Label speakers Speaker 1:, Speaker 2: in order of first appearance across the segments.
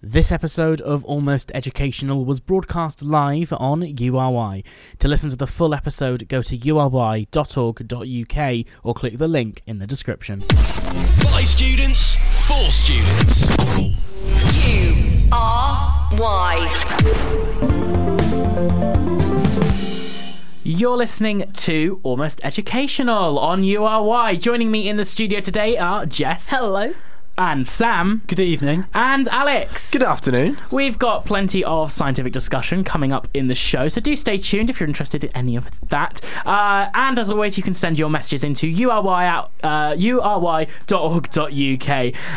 Speaker 1: This episode of Almost Educational was broadcast live on URY. To listen to the full episode, go to ury.org.uk or click the link in the description.
Speaker 2: By students, for students.
Speaker 3: U R Y.
Speaker 1: You're listening to Almost Educational on URY. Joining me in the studio today are Jess.
Speaker 4: Hello.
Speaker 1: And Sam.
Speaker 5: Good evening.
Speaker 1: And Alex.
Speaker 5: Good afternoon.
Speaker 1: We've got plenty of scientific discussion coming up in the show, so do stay tuned if you're interested in any of that. Uh, and as always, you can send your messages into ury at uh, ury.org.uk.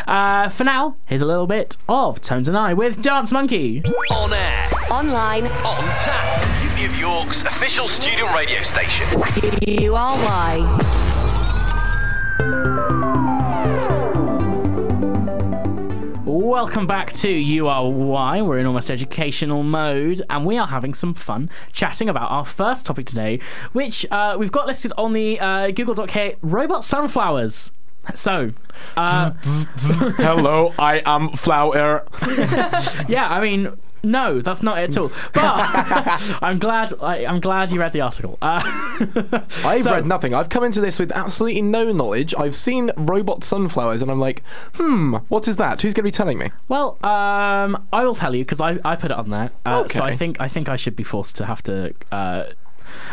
Speaker 1: Uh, for now, here's a little bit of Tones and I with Dance Monkey.
Speaker 2: On air,
Speaker 3: Online.
Speaker 2: on tap. City of York's official student radio station.
Speaker 3: U R Y.
Speaker 1: Welcome back to URY. We're in almost educational mode, and we are having some fun chatting about our first topic today, which uh, we've got listed on the uh, Google Doc here: robot sunflowers. So, uh,
Speaker 5: Hello, I am Flower.
Speaker 1: yeah, I mean, no, that's not it at all. But I'm glad. I, I'm glad you read the article. Uh,
Speaker 5: I've
Speaker 1: So-
Speaker 5: read nothing. I've come into this with absolutely no knowledge. I've seen robot sunflowers and I'm like, hmm, what is that? Who's going to be telling me?
Speaker 1: well, um, I will tell you because I, I put it on there. Uh, So I
Speaker 5: Okay.
Speaker 1: think I think I should be forced to have to. Uh,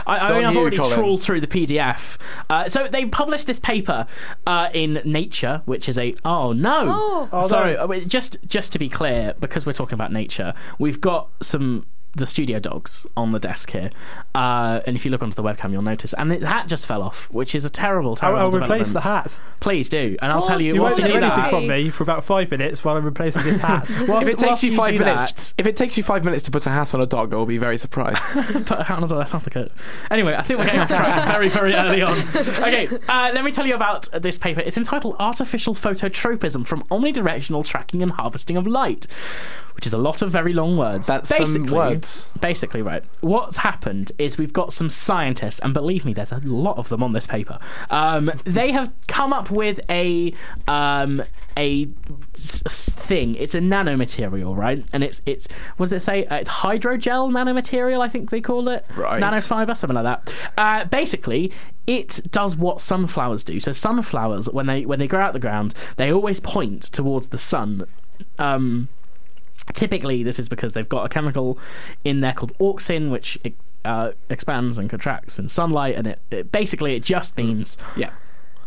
Speaker 1: I, I
Speaker 5: on
Speaker 1: mean, I've
Speaker 5: you,
Speaker 1: already
Speaker 5: Colin.
Speaker 1: trawled through the PDF. Uh, so they published this paper uh, in Nature, which is a oh no,
Speaker 4: Oh. Oh,
Speaker 1: sorry. uh, wait, Just just to be clear, because we're talking about Nature, we've got some the studio dogs on the desk here, uh, and if you look onto the webcam, you'll notice. And the hat just fell off, which is a terrible,
Speaker 6: I'll,
Speaker 1: terrible.
Speaker 6: I'll replace the
Speaker 1: development.
Speaker 6: hat.
Speaker 1: Please do, and I'll
Speaker 4: Oh,
Speaker 1: tell you.
Speaker 6: You
Speaker 1: once
Speaker 6: won't
Speaker 1: you
Speaker 6: do
Speaker 1: do
Speaker 6: anything
Speaker 1: that,
Speaker 6: from me for about five minutes while I'm replacing this hat.
Speaker 1: whilst-
Speaker 5: If it takes
Speaker 1: whilst
Speaker 5: you five
Speaker 1: do
Speaker 5: minutes,
Speaker 1: that-
Speaker 5: if it takes you five minutes to put a hat on a dog, I'll be very surprised.
Speaker 1: Put a hat on a dog. That sounds like a. Anyway, I think we're getting off track very, very early on. Okay, uh, let me tell you about this paper. It's entitled Artificial Phototropism from Omnidirectional Tracking and Harvesting of Light, which is a lot of very long words.
Speaker 5: That's some words.
Speaker 1: Basically, right. What's happened is we've got some scientists, and believe me, there's a lot of them on this paper. Um, they have come up with a um, a s- s- thing. It's a nanomaterial, right? And it's it's what does it say? Uh, it's hydrogel nanomaterial, I think they call it.
Speaker 5: Right.
Speaker 1: Nanofiber, something like that. Uh, basically, it does what sunflowers do. So sunflowers, when they when they grow out the ground, they always point towards the sun. Um, typically this is because they've got a chemical in there called auxin which uh, expands and contracts in sunlight and it, it basically it just
Speaker 5: Hmm.
Speaker 1: means
Speaker 5: yeah,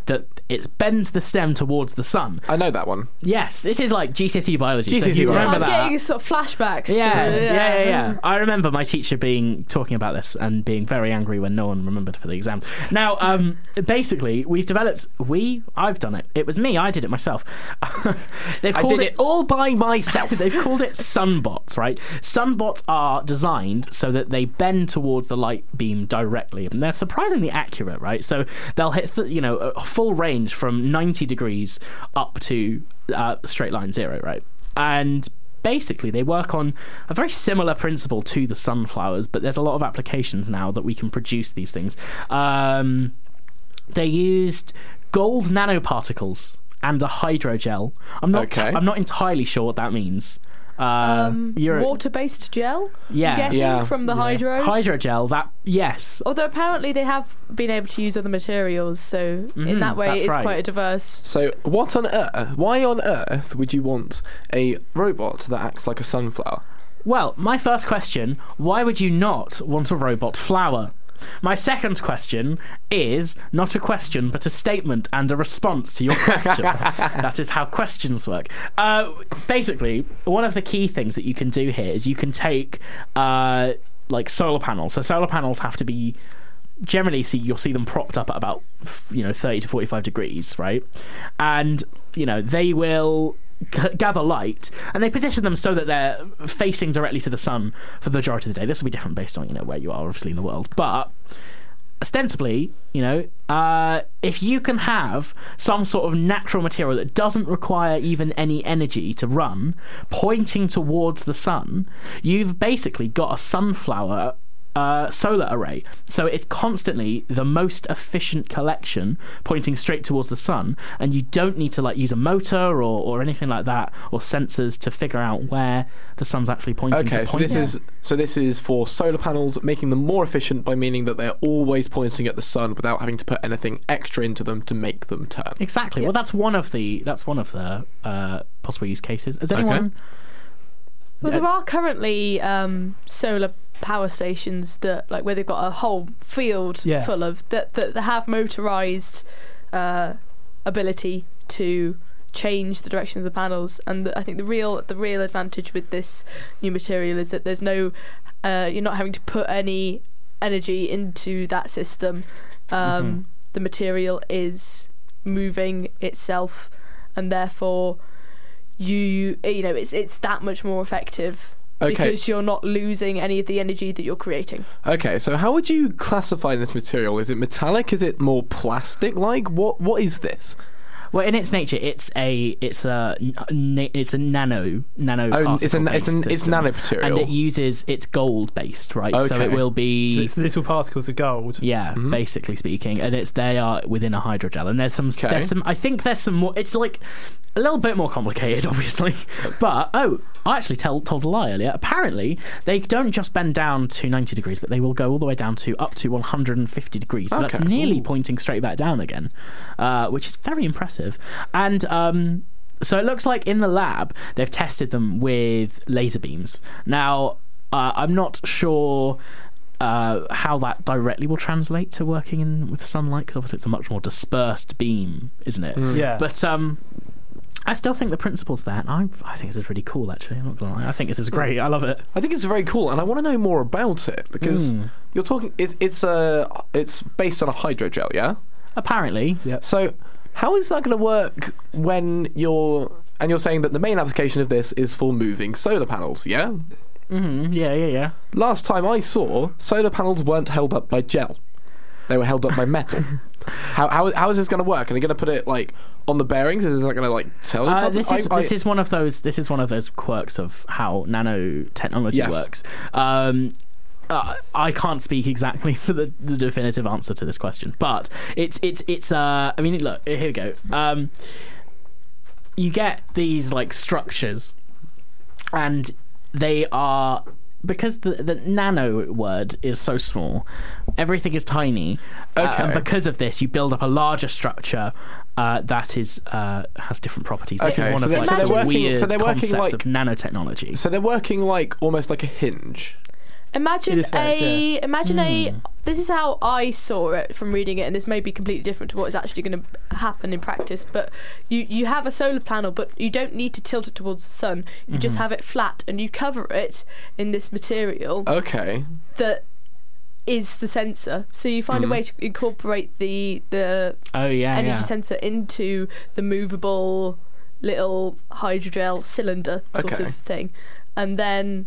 Speaker 1: that it bends the stem towards the sun
Speaker 5: I know that one.
Speaker 1: yes this is like gcse E biology so if
Speaker 5: GCSE
Speaker 1: you
Speaker 5: E biology.
Speaker 1: remember
Speaker 4: I'm
Speaker 1: that
Speaker 4: getting sort of flashbacks. to-
Speaker 1: yeah, yeah, yeah, yeah. I remember my teacher being talking about this and being very angry when no one remembered for the exam. Now, um, basically, we've developed. We, I've done it. It was me. I did it myself. They've
Speaker 5: I
Speaker 1: called
Speaker 5: did it all by myself.
Speaker 1: They've called it sunbots, right? Sunbots are designed so that they bend towards the light beam directly, and they're surprisingly accurate, right? So they'll hit, th- you know, a full range from 90 degrees up to uh, straight line zero, right? And basically they work on a very similar principle to the sunflowers but there's a lot of applications now that we can produce these things um, they used gold nanoparticles and a hydrogel. I'm not.
Speaker 5: Okay.
Speaker 1: I'm not entirely sure what that means. Uh,
Speaker 4: Um,
Speaker 1: you're-
Speaker 4: water-based gel.
Speaker 1: Yeah.
Speaker 4: I'm guessing
Speaker 5: Yeah.
Speaker 4: from the
Speaker 1: yeah.
Speaker 4: hydro.
Speaker 1: Hydrogel. That yes.
Speaker 4: Although apparently they have been able to use other materials, so in that way
Speaker 1: Mm-hmm. that's
Speaker 4: it's
Speaker 1: right.
Speaker 4: quite a diverse.
Speaker 5: So, what on earth? Why on earth would you want a robot that acts like a sunflower?
Speaker 1: Well, my first question: Why would you not want a robot flower? My second question is not a question, but a statement and a response to your question. that is how questions work. Uh, basically, one of the key things that you can do here is you can take uh, like solar panels. So solar panels have to be generally see you'll see them propped up at about you know 30 to 45 degrees right and you know they will g- gather light and they position them so that they're facing directly to the sun for the majority of the day this will be different based on you know where you are obviously in the world but ostensibly you know uh, if you can have some sort of natural material that doesn't require even any energy to run pointing towards the sun you've basically got a sunflower uh, solar array. So it's constantly the most efficient collection pointing straight towards the sun, and you don't need to like use a motor or, or anything like that or sensors to figure out where the sun's actually pointing.
Speaker 5: Okay,
Speaker 1: to
Speaker 5: so
Speaker 1: point
Speaker 5: this
Speaker 1: at.
Speaker 5: is so this is for solar panels, making them more efficient by meaning that they're always pointing at the sun without having to put anything extra into them to make them turn.
Speaker 1: Exactly. Well, that's one of the that's one of the uh, possible use cases. Has anyone?
Speaker 4: Well,
Speaker 1: Yeah.
Speaker 4: there are currently um, solar power stations that, like, where they've got a whole field
Speaker 6: Yes.
Speaker 4: full of that that that have motorized uh, ability to change the direction of the panels. And the, I think the real the real advantage with this new material is that there's no uh, you're not having to put any energy into that system. Um, The material is moving itself, and therefore you you know it's it's that much more effective
Speaker 5: Okay.
Speaker 4: because you're not losing any of the energy that you're creating.
Speaker 5: Okay, so how would you classify this material? Is it metallic? Is it more plastic-like? What what is this?
Speaker 1: Well, in its nature, it's a it's a na- it's a nano nano.
Speaker 5: Oh, it's a
Speaker 1: particle-based
Speaker 5: it's an, it's
Speaker 1: system.
Speaker 5: nanomaterial.
Speaker 1: and it uses it's gold based, right? So
Speaker 5: Okay. Mm-hmm.
Speaker 1: it will
Speaker 6: So
Speaker 1: be
Speaker 6: it's little particles of gold.
Speaker 1: yeah, basically speaking, and it's they are within a hydrogel, and there's some
Speaker 5: Okay.
Speaker 1: there's some I think there's some more. It's like a little bit more complicated, obviously, but oh, I actually tell, told a lie earlier. Apparently, they don't just bend down to 90 degrees, but they will go all the way down to up to 150 degrees. So that's
Speaker 5: Okay.
Speaker 1: nearly
Speaker 5: Ooh.
Speaker 1: pointing straight back down again, uh, which is very impressive, and. Um, so it looks like in the lab they've tested them with laser beams. Now uh, I'm not sure uh, how that directly will translate to working in with sunlight because obviously it's a much more dispersed beam, isn't it?
Speaker 5: Mm.
Speaker 6: Yeah.
Speaker 1: But um, I still think the principle's there. And I I think this is really cool. Actually, I'm not gonna lie. I think this is great. I love it.
Speaker 5: I think it's very cool, and I want to know more about it because
Speaker 1: Hmm.
Speaker 5: you're talking. It's it's a it's based on a hydrogel, yeah.
Speaker 1: Apparently,
Speaker 6: Yeah.
Speaker 5: So, how is that going to work when you're and you're saying that the main application of this is for moving solar panels? Yeah.
Speaker 1: Mm, yeah, yeah, yeah.
Speaker 5: Last time I saw, solar panels weren't held up by gel; they were held up by metal. How, how, how is this going to work? Are they going to put it like on the bearings? Is that going to like tell it?
Speaker 1: Uh,
Speaker 5: how to-
Speaker 1: this is
Speaker 5: I- I-
Speaker 1: this is one of those this is one of those quirks of how nanotechnology
Speaker 5: Yes.
Speaker 1: works. Um, uh, I can't speak exactly for the, the definitive answer to this question, but it's it's it's. Uh, I mean, look here we go. Um, you get these like structures, and they are because the the nano word is so small, everything is tiny. Uh,
Speaker 5: Okay.
Speaker 1: and because of this, you build up a larger structure. Uh, that is uh, has different properties. This
Speaker 5: Okay,
Speaker 1: is one
Speaker 5: so
Speaker 1: of
Speaker 5: they're-
Speaker 1: like,
Speaker 5: so they're
Speaker 1: the
Speaker 5: working-
Speaker 1: weird
Speaker 5: so they're working,
Speaker 1: concepts
Speaker 5: like-
Speaker 1: of nanotechnology.
Speaker 5: so they're working like almost like a hinge.
Speaker 4: Imagine
Speaker 6: effect,
Speaker 4: a imagine a this is how I saw it from reading it, and this may be completely different to what is actually going to happen in practice. But you you have a solar panel, but you don't need to tilt it towards the sun. You just have it flat, and you cover it in this material
Speaker 5: Oh. Okay.
Speaker 4: that is the sensor. So you find a way to incorporate the the
Speaker 1: oh yeah,
Speaker 4: energy
Speaker 1: yeah.
Speaker 4: sensor into the movable little hydrogel cylinder sort
Speaker 5: Okay.
Speaker 4: of thing, and then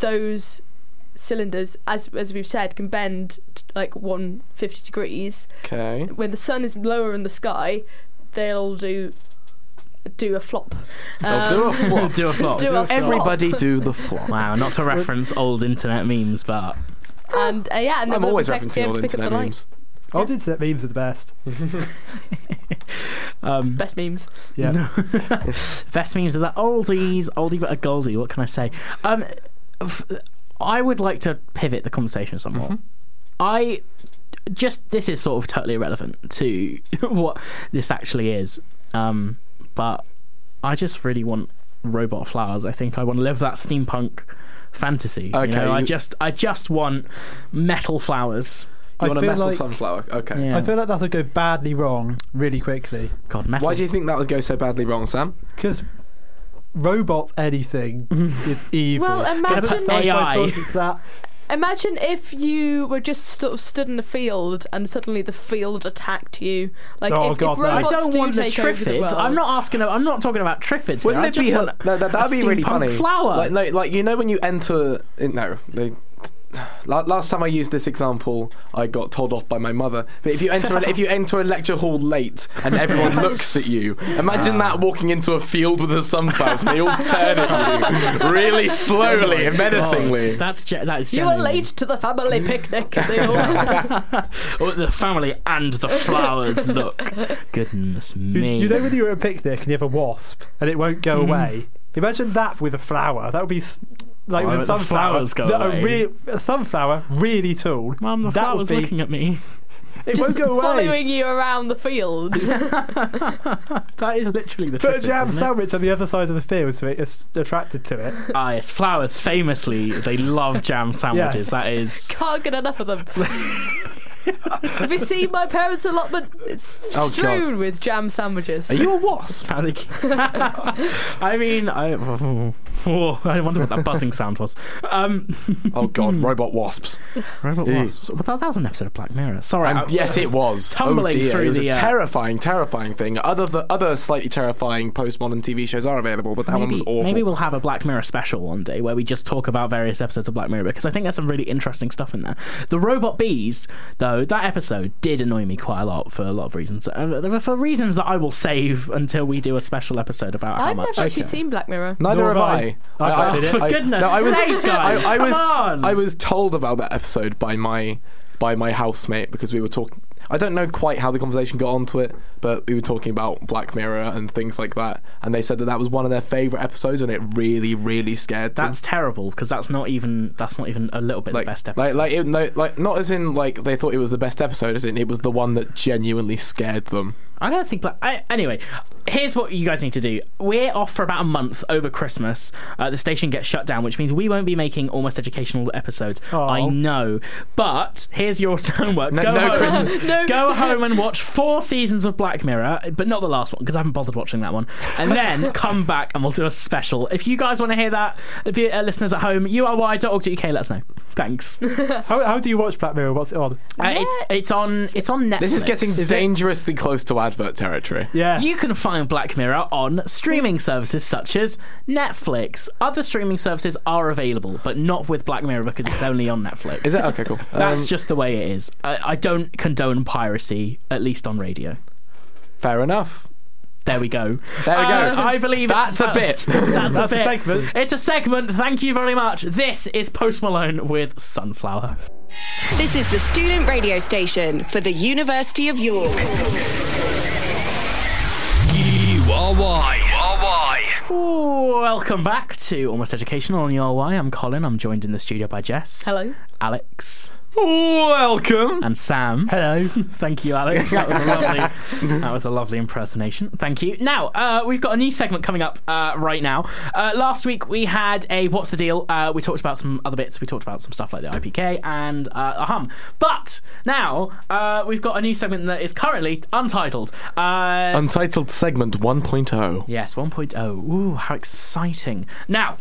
Speaker 4: those cylinders, as as we've said, can bend t- like 150 degrees.
Speaker 5: Okay.
Speaker 4: When the sun is lower in the sky, they'll do do a flop. Um,
Speaker 5: They'll do a flop.
Speaker 1: do a flop.
Speaker 4: do a
Speaker 5: Everybody do the flop.
Speaker 1: Wow, not to reference old internet memes, but
Speaker 4: and uh, yeah, and then
Speaker 5: I'm
Speaker 4: we'll
Speaker 5: always
Speaker 4: be back- be
Speaker 5: referencing
Speaker 4: able
Speaker 5: all
Speaker 4: to pick up
Speaker 5: internet
Speaker 4: the line.
Speaker 5: memes.
Speaker 6: Old internet memes are the best.
Speaker 1: um,
Speaker 4: Best memes.
Speaker 6: Yeah.
Speaker 1: best memes are the oldies, oldie but a goldie. What can I say? Um, f- I would like to pivot the conversation somewhat.
Speaker 5: Mm-hmm.
Speaker 1: I just this is sort of totally irrelevant to what this actually is, um, but I just really want robot flowers. I think I want to live that steampunk fantasy. you
Speaker 5: Okay,
Speaker 1: know? I
Speaker 5: you-
Speaker 1: just I just want metal flowers.
Speaker 5: You
Speaker 6: I
Speaker 5: want a
Speaker 6: feel
Speaker 5: metal
Speaker 6: like-
Speaker 5: sunflower? Okay.
Speaker 1: Yeah.
Speaker 6: I feel like that'll go badly wrong really quickly
Speaker 1: God, metal.
Speaker 5: Why do you think that would go so badly wrong, Sam?
Speaker 6: because robots anything
Speaker 1: Mm-hmm.
Speaker 6: is evil.
Speaker 4: Well,
Speaker 6: Because
Speaker 4: imagine
Speaker 6: it's sci-fi
Speaker 1: AI.
Speaker 6: talk, it's that
Speaker 4: Imagine if you were just sort of stood in a field and suddenly the field attacked you. Like
Speaker 6: Oh,
Speaker 4: if,
Speaker 6: God,
Speaker 4: if
Speaker 6: no.
Speaker 1: I
Speaker 4: robots
Speaker 1: don't
Speaker 4: do
Speaker 1: want a
Speaker 4: take over the
Speaker 1: triffid.
Speaker 4: world,
Speaker 1: I'm not asking. I'm not talking about triffids. here.
Speaker 5: Wouldn't
Speaker 1: I
Speaker 5: it
Speaker 1: just
Speaker 5: be
Speaker 1: want
Speaker 5: no, that,
Speaker 1: a
Speaker 5: that'd be really
Speaker 1: steampunk
Speaker 5: funny.
Speaker 1: Flower.
Speaker 5: Like, no, like you know when you enter, no, they, la- last time I used this example, I got told off by my mother. But if you enter, a, if you enter a lecture hall late and everyone looks at you, imagine that walking into a field with the sunflowers and they all turn at you really slowly and menacingly.
Speaker 1: That's ge- that is
Speaker 4: You are
Speaker 1: genuine.
Speaker 4: late to the family picnic. They all-
Speaker 1: Oh, the family and the flowers look. Goodness
Speaker 6: You,
Speaker 1: me. Mm-hmm.
Speaker 6: you know when you're at a picnic and you have a wasp and it won't go away. Imagine that with a flower. That would be s- like
Speaker 1: Why won't
Speaker 6: with a
Speaker 1: the
Speaker 6: sunflower.
Speaker 1: flowers go
Speaker 6: that a,
Speaker 1: away?
Speaker 6: real, a sunflower really tall.
Speaker 1: Mum, the
Speaker 6: that
Speaker 1: flower's
Speaker 6: would be.
Speaker 1: looking at me.
Speaker 6: It won't
Speaker 4: just
Speaker 6: go away.
Speaker 4: following you around the field.
Speaker 1: That is literally the
Speaker 6: Put a
Speaker 1: truth.
Speaker 6: jam sandwich on the other side of the field so it's attracted to it.
Speaker 1: Ah, yes. Flowers famously, they love jam sandwiches.
Speaker 6: Yes.
Speaker 1: That is.
Speaker 4: Can't get enough of them. Have you seen my parents' allotment? It's
Speaker 5: Oh,
Speaker 4: strewn
Speaker 5: God.
Speaker 4: with jam sandwiches.
Speaker 5: Are you a wasp?
Speaker 1: how they keep- I mean, I, oh, I wonder what that buzzing sound was. Um,
Speaker 5: Oh God, robot wasps.
Speaker 1: Robot
Speaker 5: Jeez.
Speaker 1: Wasps. Well, that, that was an episode of Black Mirror. Sorry.
Speaker 5: And
Speaker 1: I-
Speaker 5: yes, it was.
Speaker 1: Tumbling
Speaker 5: oh dear,
Speaker 1: through
Speaker 5: it was
Speaker 1: the,
Speaker 5: a
Speaker 1: uh,
Speaker 5: terrifying, terrifying thing. Other the other slightly terrifying postmodern TV shows are available, but that one
Speaker 1: Maybe,
Speaker 5: was awful.
Speaker 1: maybe we'll have a Black Mirror special one day where we just talk about various episodes of Black Mirror because I think there's some really interesting stuff in there. The robot bees, though, that episode did annoy me quite a lot for a lot of reasons. Uh, there were for reasons that I will save until we do a special episode about how
Speaker 4: I've
Speaker 1: much.
Speaker 4: never actually seen Black Mirror.
Speaker 5: Neither
Speaker 6: Nor
Speaker 5: have
Speaker 6: have
Speaker 5: I.
Speaker 6: I. I've seen it.
Speaker 1: For goodness sake, guys,
Speaker 5: I, I
Speaker 1: come
Speaker 5: was,
Speaker 1: on.
Speaker 5: I was told about that episode by my by my housemate because we were talking. I don't know quite how the conversation got onto it, but we were talking about Black Mirror and things like that, and they said that that was one of their favorite episodes, and it really, really scared them.
Speaker 1: That's terrible because that's not even that's not even a little bit
Speaker 5: like,
Speaker 1: the best
Speaker 5: like,
Speaker 1: episode.
Speaker 5: like, it, no, like, not as in like they thought it was the best episode, as in it was the one that genuinely scared them.
Speaker 1: I don't think. Black- I, anyway, here's what you guys need to do. We're off for about a month over Christmas. Uh, the station gets shut down, which means we won't be making almost educational episodes.
Speaker 6: Aw.
Speaker 1: I know, but here's your homework.
Speaker 5: Oh. No-
Speaker 1: go
Speaker 5: no
Speaker 1: home.
Speaker 5: Christmas.
Speaker 4: No.
Speaker 1: Go home and watch four seasons of Black Mirror, but not the last one because I haven't bothered watching that one. And then come back and we'll do a special. If you guys want to hear that, if you uh, listeners at home, ury.org.uk, let us know. Thanks. Uh,
Speaker 6: How, how do you watch Black Mirror? What's it on?
Speaker 1: it's it's on it's on Netflix.
Speaker 5: This is getting dangerously close to advert territory.
Speaker 6: Yeah.
Speaker 1: You can find Black Mirror on streaming services such as Netflix. Other streaming services are available, but not with Black Mirror because it's only on Netflix.
Speaker 5: Is it okay? Cool.
Speaker 1: That's
Speaker 5: Um,
Speaker 1: just the way it is. I, I don't condone piracy, at least on radio.
Speaker 5: fair enough.
Speaker 1: There we go.
Speaker 5: There we go.
Speaker 1: Uh, I believe it's
Speaker 5: That's a bit.
Speaker 1: That's,
Speaker 6: That's
Speaker 1: a
Speaker 6: a
Speaker 1: bit.
Speaker 6: segment.
Speaker 1: It's a segment. Thank you very much. This is Post Malone with Sunflower.
Speaker 3: This is the student radio station for the University of York.
Speaker 2: E URY. URY.
Speaker 1: Welcome back to Almost Educational on Your Why. I'm Colin. I'm joined in the studio by Jess.
Speaker 4: Hello.
Speaker 1: Alex.
Speaker 5: Welcome.
Speaker 1: And Sam.
Speaker 6: Hello.
Speaker 1: Thank you, Alex. That was a lovely, that was a lovely impersonation. Thank you. Now uh, we've got a new segment coming up uh, right now. Uh, last week we had a what's the deal? Uh, we talked about some other bits. We talked about some stuff like the IPK and uh, a hum. But now uh, we've got a new segment that is currently untitled. Uh,
Speaker 5: Untitled segment oh. 1.0.
Speaker 1: Yes, 1.0. Ooh, how exciting. Now,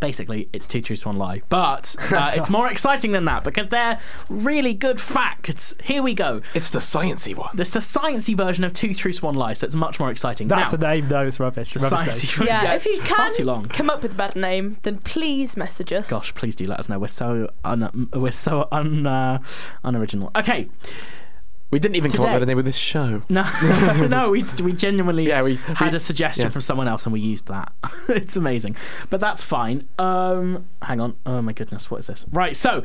Speaker 1: basically, it's two truths, one lie. But uh, it's more exciting than that because they're really good facts. Here we go.
Speaker 5: It's the sciency one.
Speaker 1: It's the sciencey version of Two Truths, One Lie, so it's much more exciting.
Speaker 6: That's
Speaker 1: now,
Speaker 6: a name, though. It's rubbish.
Speaker 1: the
Speaker 6: Rubbish
Speaker 1: sciencey version.
Speaker 6: name.
Speaker 4: yeah, if you
Speaker 1: it's far
Speaker 4: can
Speaker 1: too long.
Speaker 4: come up with a better name, then please message us.
Speaker 1: Gosh, please do let us know. We're so un- we're so un- uh, unoriginal. Okay,
Speaker 5: We didn't even come
Speaker 1: Today.
Speaker 5: up with a name of this show.
Speaker 1: no, no, we we genuinely
Speaker 5: Yeah, we-
Speaker 1: had
Speaker 5: we-
Speaker 1: a suggestion
Speaker 5: yes.
Speaker 1: from someone else and we used that. it's amazing, but that's fine. Um, hang on. Oh my goodness, what is this? Right, so.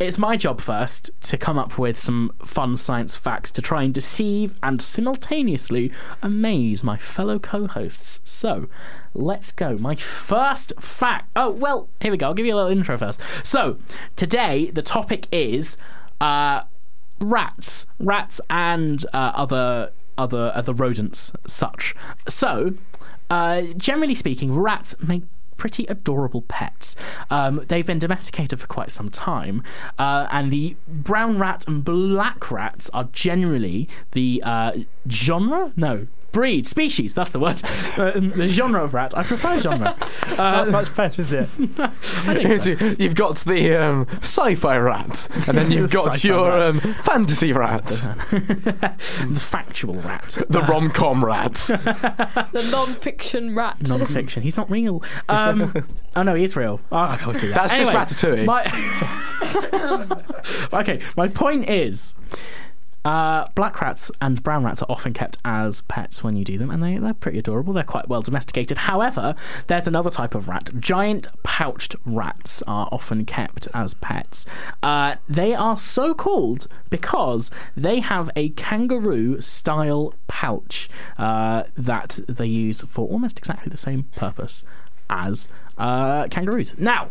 Speaker 1: It's my job first to come up with some fun science facts to try and deceive and simultaneously amaze my fellow co hosts. So, let's go. My first fact. Oh, well, here we go. I'll give you a little intro first. So, today the topic is uh, rats, rats and uh, other other other rodents such. So, uh, generally speaking, rats make pretty adorable pets. Um, they've been domesticated for quite some time, uh, and the brown rat and black rats are generally the uh, genre. No. breed, species, that's the word, uh, the genre of rat. I prefer genre.
Speaker 6: That's
Speaker 1: Uh,
Speaker 6: much better, isn't it?
Speaker 1: I think so.
Speaker 5: You've got the um, sci-fi rat, and then you've got
Speaker 1: Sci-fi
Speaker 5: your
Speaker 1: rat. Uh-huh.
Speaker 5: um, fantasy rat,
Speaker 1: the factual rat.
Speaker 5: the rom-com rat.
Speaker 4: The non-fiction rat.
Speaker 1: Non-fiction. He's not real. Um, oh no, he is real. Oh, I can see that.
Speaker 5: That's just
Speaker 1: Anyway,
Speaker 5: Ratatouille.
Speaker 1: My okay, my point is. Uh, black rats and brown rats are often kept as pets when you do them, and they, they're pretty adorable. They're quite well domesticated. However, there's another type of rat. Giant pouched rats are often kept as pets. Uh, they are so called because they have a kangaroo style pouch uh, that they use for almost exactly the same purpose as uh, kangaroos. Now,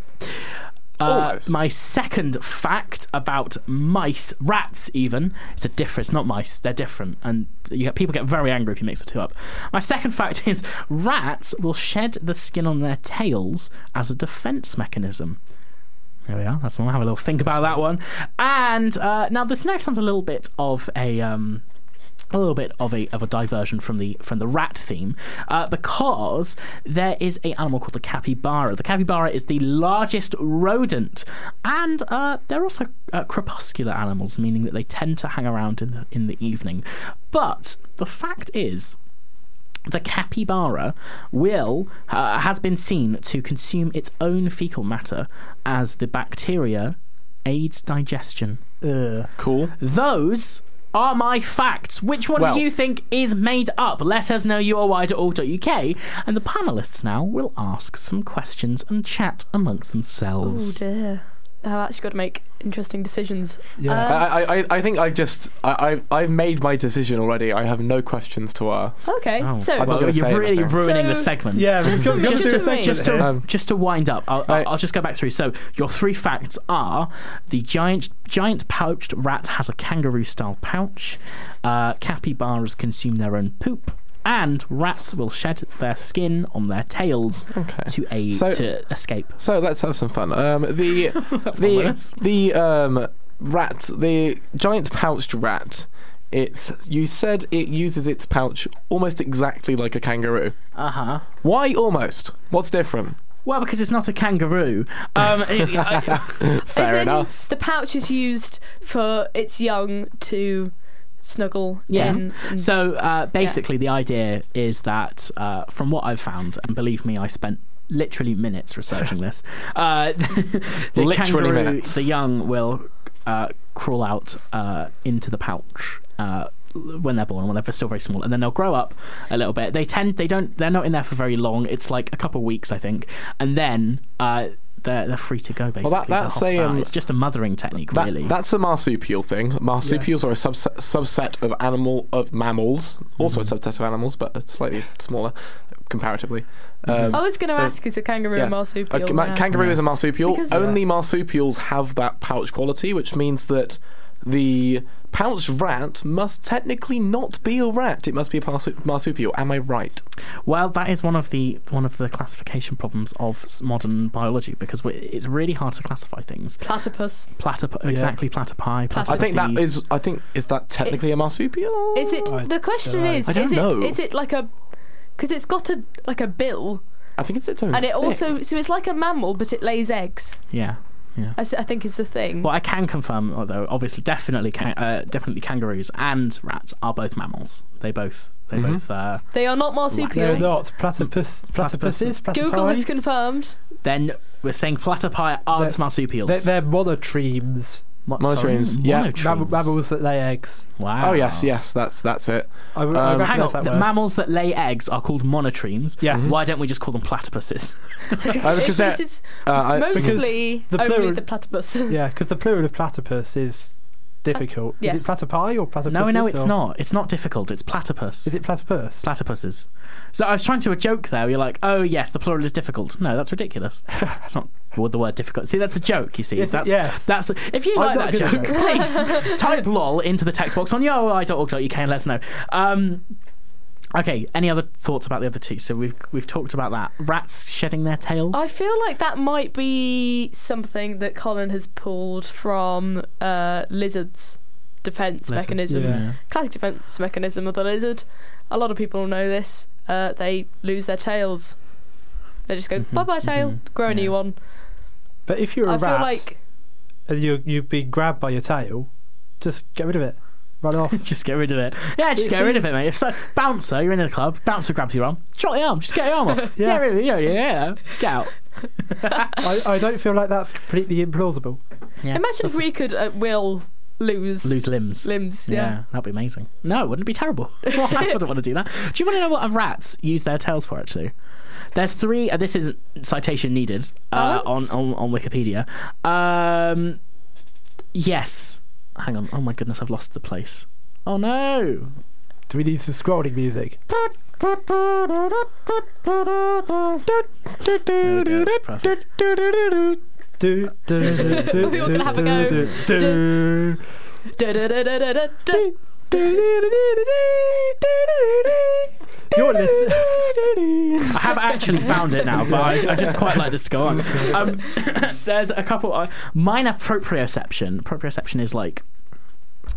Speaker 1: uh,
Speaker 5: Almost.
Speaker 1: my second fact about mice, rats even, it's a difference, not mice, they're different. And you get, people get very angry if you mix the two up. My second fact is rats will shed the skin on their tails as a defense mechanism. There we are. That's one. Have a little think about that one. And uh, now this next one's a little bit of a. Um, a little bit of a of a diversion from the from the rat theme, uh, because there is a animal called the capybara. The capybara is the largest rodent, and uh, they're also uh, crepuscular animals, meaning that they tend to hang around in the in the evening. But the fact is, the capybara will uh, has been seen to consume its own fecal matter as the bacteria aids digestion.
Speaker 6: Ugh.
Speaker 5: Cool.
Speaker 1: Those are my facts. Which one
Speaker 5: Well-
Speaker 1: do you think is made up? Let us know urwide.org.uk and the panelists now will ask some questions and chat amongst
Speaker 4: Oh
Speaker 1: themselves.
Speaker 4: dear. I've actually got to make interesting decisions.
Speaker 6: Yeah.
Speaker 4: Uh,
Speaker 5: I, I- I, I think I've just I, I I've made my decision already. I have no questions to ask.
Speaker 4: okay,
Speaker 1: Oh,
Speaker 4: so
Speaker 5: I'm not
Speaker 1: well,
Speaker 5: gonna
Speaker 1: you're
Speaker 5: say
Speaker 1: really
Speaker 5: anything.
Speaker 1: ruining the
Speaker 4: So-
Speaker 1: segment.
Speaker 6: Yeah, we've
Speaker 4: Just
Speaker 6: got-
Speaker 4: to-
Speaker 6: got
Speaker 4: just
Speaker 6: do a
Speaker 4: to-
Speaker 6: section
Speaker 1: just Uh, to
Speaker 6: here.
Speaker 5: Um,
Speaker 1: just to wind up, I'll, I'll,
Speaker 5: Right.
Speaker 1: I'll just go back through. So your three facts are: the giant giant pouched rat has a kangaroo style pouch. Uh, capybaras consume their own poop. And rats will shed their skin on their tails
Speaker 5: Okay.
Speaker 1: to aid
Speaker 5: So-
Speaker 1: to escape.
Speaker 5: So let's have some fun. Um, the the
Speaker 1: ominous.
Speaker 5: the um, rat, the giant pouched rat. It's you said it uses its pouch almost exactly like a kangaroo.
Speaker 1: Uh
Speaker 5: Uh-huh.
Speaker 1: huh.
Speaker 5: Why almost? What's different?
Speaker 1: Well, because it's not a kangaroo. Um, it- I-
Speaker 5: Fair
Speaker 4: as in,
Speaker 5: enough.
Speaker 4: the pouch is used for its young to snuggle
Speaker 1: Yeah.
Speaker 4: in. and-
Speaker 1: So uh, basically, the idea is that, uh, from what I've found, and believe me, I spent literally minutes researching this. Uh, the
Speaker 5: Literally
Speaker 1: kangaroo,
Speaker 5: minutes.
Speaker 1: The young will uh, crawl out uh, into the pouch. Uh, when they're born, when they're still very small, and then they'll grow up a little bit. They tend, they don't, they're not in there for very long. It's like a couple of weeks, I think, and then uh, they're they're free to go. Basically,
Speaker 5: that-
Speaker 1: They'll
Speaker 5: that's
Speaker 1: hop
Speaker 5: a,
Speaker 1: out.
Speaker 5: um,
Speaker 1: it's just a mothering technique,
Speaker 5: That,
Speaker 1: really.
Speaker 5: That's a marsupial thing. Marsupials
Speaker 6: Yes.
Speaker 5: are a subset, subset of animal of mammals, also
Speaker 4: Mm-hmm.
Speaker 5: a subset of animals, but slightly smaller comparatively. Um,
Speaker 4: I was going to
Speaker 5: Uh,
Speaker 4: ask, is a kangaroo
Speaker 5: yes.
Speaker 4: Mm-hmm. Oh, a marsupial?
Speaker 5: A ca-
Speaker 4: now?
Speaker 5: kangaroo is a
Speaker 1: Yes.
Speaker 5: marsupial.
Speaker 4: Because-
Speaker 5: Only marsupials have that pouch quality, which means that the pouch rat must technically not be a rat. It must be a marsu- marsupial. Am I right?
Speaker 1: Well, that is one of the one of the classification problems of s- modern biology because we- it's really hard to classify things.
Speaker 4: Platypus.
Speaker 1: Platyp exactly platypi. Platypes.
Speaker 5: I think that
Speaker 1: disease.
Speaker 5: is. I think is that technically a marsupial?
Speaker 4: Is it?
Speaker 6: I
Speaker 4: the question
Speaker 6: dunno.
Speaker 4: is,
Speaker 5: I don't
Speaker 4: is
Speaker 5: know.
Speaker 4: it? Is it like a? Because it's got a like a bill,
Speaker 5: I think it's its own.
Speaker 4: and it
Speaker 5: thing.
Speaker 4: also so it's like a mammal, but it lays eggs.
Speaker 1: yeah. Yeah.
Speaker 4: I, s- I think is the thing.
Speaker 1: What I can confirm, although obviously definitely can, uh, definitely kangaroos and rats are both mammals. They both they
Speaker 6: Mm-hmm.
Speaker 1: both uh,
Speaker 4: They are not marsupials.
Speaker 6: They're not platypus. Platypuses. Platypi?
Speaker 4: Google has confirmed.
Speaker 1: then we're saying platypi aren't
Speaker 6: They're-
Speaker 1: marsupials.
Speaker 6: They're, they're monotremes.
Speaker 1: What,
Speaker 5: Monotremes,
Speaker 1: sorry?
Speaker 5: yeah.
Speaker 1: Monotremes.
Speaker 6: Mam- mammals that lay eggs.
Speaker 1: Wow.
Speaker 5: Oh yes, yes. That's that's it.
Speaker 6: I,
Speaker 5: Um,
Speaker 6: I
Speaker 5: hang
Speaker 1: Hang on,
Speaker 6: recognise that
Speaker 1: the
Speaker 6: word.
Speaker 1: mammals that lay eggs are called monotremes.
Speaker 6: Yes.
Speaker 1: Why don't we just call them platypuses?
Speaker 5: Uh, because
Speaker 4: It's-
Speaker 5: they're-
Speaker 4: it's
Speaker 5: uh, I- because-
Speaker 4: mostly
Speaker 6: the
Speaker 4: only
Speaker 6: plural-
Speaker 4: the platypus.
Speaker 6: yeah, because the plural of platypus is difficult.
Speaker 4: yes.
Speaker 6: Is it platypi or platypus?
Speaker 1: no, no, it's not. It's not difficult. It's platypus.
Speaker 6: Is it platypus?
Speaker 1: platypuses. So I was trying to do a joke there. You're like, oh yes, the plural is difficult. No, that's ridiculous. it's not with the word difficult. See, that's a joke. You see,
Speaker 6: It-
Speaker 1: that's
Speaker 6: yes.
Speaker 1: that's if you
Speaker 6: I'm
Speaker 1: like
Speaker 6: not
Speaker 1: that
Speaker 6: good
Speaker 1: joke,
Speaker 6: at
Speaker 1: please type lol into the text box on yooi.org.uk and let us know. Um, okay, any other thoughts about the other two? So we've we've talked about that. Rats shedding their tails.
Speaker 4: I feel like that might be something that Colin has pulled from uh, lizards' defense
Speaker 1: Lizards,
Speaker 4: mechanism,
Speaker 6: yeah.
Speaker 4: classic defense mechanism of the lizard, a lot of people know this. Uh, they lose their tails. They just go bye bye tail, grow a
Speaker 1: Mm-hmm. yeah.
Speaker 4: new one.
Speaker 6: But if you're a
Speaker 4: I
Speaker 6: rat
Speaker 4: feel like
Speaker 6: and you you've been grabbed by your tail, just get rid of it, run off.
Speaker 1: Just get rid of it. Yeah, just
Speaker 6: It's
Speaker 1: get rid
Speaker 6: the-
Speaker 1: of it, mate. It's like bouncer. You're in the club. Bouncer grabs your arm. Shot your arm. Just get your arm off.
Speaker 6: Yeah.
Speaker 1: Get rid of it. Yeah, yeah, yeah. Get out.
Speaker 6: I, I don't feel like that's completely implausible.
Speaker 1: Yeah.
Speaker 4: imagine if we could at will lose
Speaker 1: Lose limbs.
Speaker 4: limbs.
Speaker 1: Yeah.
Speaker 4: Yeah.
Speaker 1: that'd be amazing. No, wouldn't it be terrible? I wouldn't want to do that. Do you want to know what um, rats use their tails for? Actually, there's three. Uh, this is citation needed uh, on,
Speaker 4: Balance?
Speaker 1: on on Wikipedia. Um, yes. Hang on. Oh my goodness, I've lost the place. Oh no.
Speaker 6: Do we need some scrolling music?
Speaker 1: There we go, that's perfect.
Speaker 6: Do, do, do, do, do,
Speaker 4: We all gonna have a go.
Speaker 6: do, do, do.
Speaker 4: Da-da-da-da-da-da.
Speaker 6: You're listening.
Speaker 1: I have actually found it now, but I, I just quite like this to go on. Um, there's a couple. Uh, minor proprioception. Proprioception is like.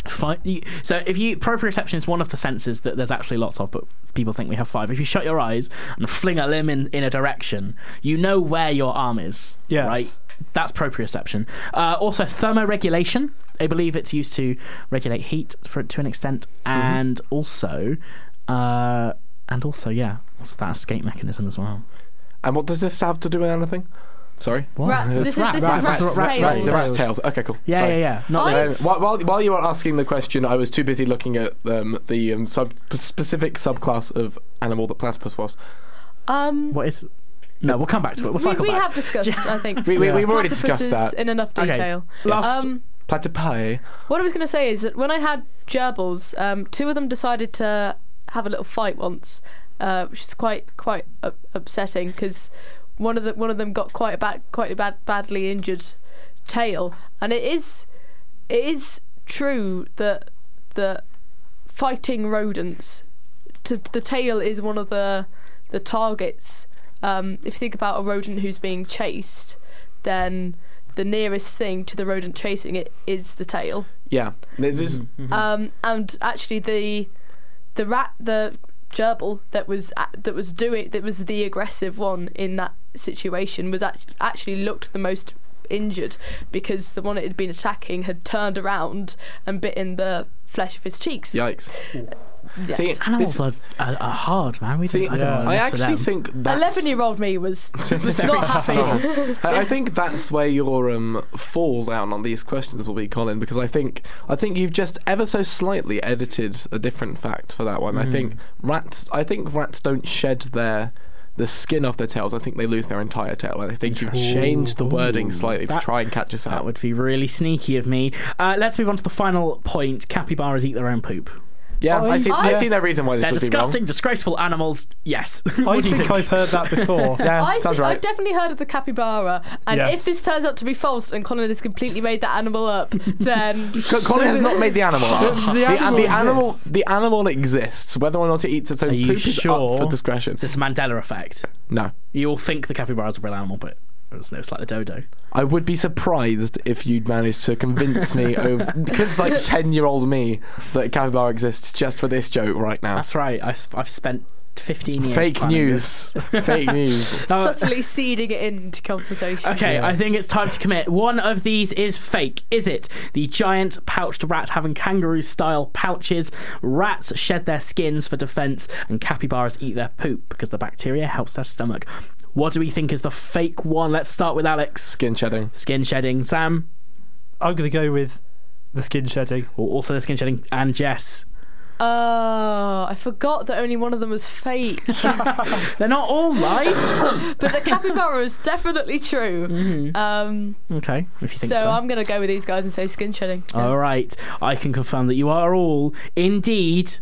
Speaker 1: Fi- you, so if you proprioception is one of the senses that there's actually lots of, but people think we have five. If you shut your eyes and fling a limb in, in a direction, you know where your arm is.
Speaker 6: Yes.
Speaker 1: Right. That's proprioception. Uh, also thermoregulation. I believe it's used to regulate heat for to an extent, and also, uh, and also, yeah, also that escape mechanism as well.
Speaker 5: And what does this have to do with anything? Sorry.
Speaker 1: What?
Speaker 4: Rats. This
Speaker 1: It's
Speaker 4: is this is
Speaker 1: rats.
Speaker 4: rats'
Speaker 6: Rats, rats,
Speaker 5: Right,
Speaker 4: tails.
Speaker 5: the rat's tails. Okay, cool.
Speaker 1: Yeah,
Speaker 5: Sorry.
Speaker 1: yeah, yeah. Not
Speaker 4: I-
Speaker 1: the-
Speaker 5: Um, while, while, while you were asking the question, I was too busy looking at um, the um, sub, specific subclass of animal that platypus was.
Speaker 4: Um,
Speaker 1: what is? No, we'll come back to it. We'll
Speaker 4: we,
Speaker 1: cycle
Speaker 4: we
Speaker 1: back.
Speaker 4: have discussed. I think
Speaker 5: We, we, we've already discussed
Speaker 4: platypuses
Speaker 5: that.
Speaker 4: in enough
Speaker 1: Okay.
Speaker 4: detail.
Speaker 5: Last-
Speaker 4: Um,
Speaker 5: Platypi.
Speaker 4: What I was going to say is that when I had gerbils, um, two of them decided to have a little fight once, uh, which is quite quite up- upsetting because one of the one of them got quite a bad quite a bad badly injured tail, and it is it is true that that fighting rodents, t- the tail is one of the the targets. Um, if you think about a rodent who's being chased, then the nearest thing to the rodent chasing it is the tail.
Speaker 5: Yeah. This is-
Speaker 1: Mm.
Speaker 4: Um, and actually, the the rat, the gerbil that was a that was doing that was the aggressive one in that situation was act- actually looked the most injured because the one it had been attacking had turned around and bitten the flesh of his cheeks.
Speaker 5: Yikes.
Speaker 4: Yes.
Speaker 5: See,
Speaker 1: Animals
Speaker 5: this-
Speaker 1: are, are, are hard, man. We
Speaker 5: See,
Speaker 1: don't, I don't want to
Speaker 5: I
Speaker 1: mess with
Speaker 5: actually
Speaker 1: them.
Speaker 5: think that.
Speaker 4: Eleven-year-old me was was not happy.
Speaker 5: I, I think that's where your um, fall down on these questions will be, Colin, because I think I think you've just ever so slightly edited a different fact for that one. I think
Speaker 1: Mm.
Speaker 5: rats. I think rats don't shed their the skin of their tails. I think they lose their entire tail, and I think you've changed the wording slightly
Speaker 1: That-
Speaker 5: to try and catch us out.
Speaker 1: that would be really sneaky of me. Uh, let's move on to the final point. Capybaras eat their own poop.
Speaker 5: yeah, I, see. I
Speaker 4: I-
Speaker 5: see no reason why this
Speaker 1: They're
Speaker 5: would
Speaker 1: disgusting, disgraceful animals. Yes.
Speaker 6: I
Speaker 1: what do you
Speaker 6: think
Speaker 1: think?
Speaker 6: I've heard that before.
Speaker 5: be wrong. Yeah,
Speaker 4: I
Speaker 5: sounds
Speaker 4: thi-
Speaker 5: right.
Speaker 4: I've definitely heard of the capybara, and
Speaker 6: Yes.
Speaker 4: if this turns out to be false and Colin has completely made that animal up, then
Speaker 5: Co- Colin has not made the animal. up.
Speaker 6: The- the
Speaker 5: and the
Speaker 6: animal
Speaker 5: animal,
Speaker 6: exists.
Speaker 5: the animal exists. Whether or not it eats its own
Speaker 1: Are you
Speaker 5: poop is up
Speaker 1: sure?
Speaker 5: for discretion.
Speaker 1: It's this Mandela effect.
Speaker 5: No,
Speaker 1: You all think the capybara is a real animal, but it's, no, it's like the dodo.
Speaker 5: I would be surprised if you'd managed to convince me, over, convince like ten-year-old me, that capybara exists just for this joke right now.
Speaker 1: That's right. I, have spent 15 years.
Speaker 5: Fake
Speaker 1: planning this.
Speaker 5: news. Fake news.
Speaker 1: No,
Speaker 4: subtly seeding it into conversation.
Speaker 1: Okay, I think it's time to commit. One of these is fake. Is it the giant pouched rat having kangaroo style pouches? Rats shed their skins for defense, and capybaras eat their poop because the bacteria helps their stomach. What do we think is the fake one? Let's start with Alex.
Speaker 5: Skin shedding.
Speaker 1: Skin shedding. Sam,
Speaker 6: I'm gonna go with the skin shedding.
Speaker 1: or also the skin shedding, and Jess.
Speaker 4: Oh, I forgot that only one of them was fake.
Speaker 1: They're not all lies.
Speaker 4: but the capybara is definitely true. Um,
Speaker 1: okay, if Mm-hmm. you
Speaker 4: so,
Speaker 1: think so.
Speaker 4: I'm going to go with these guys and say skin shedding.
Speaker 1: All right, I can confirm that you are all indeed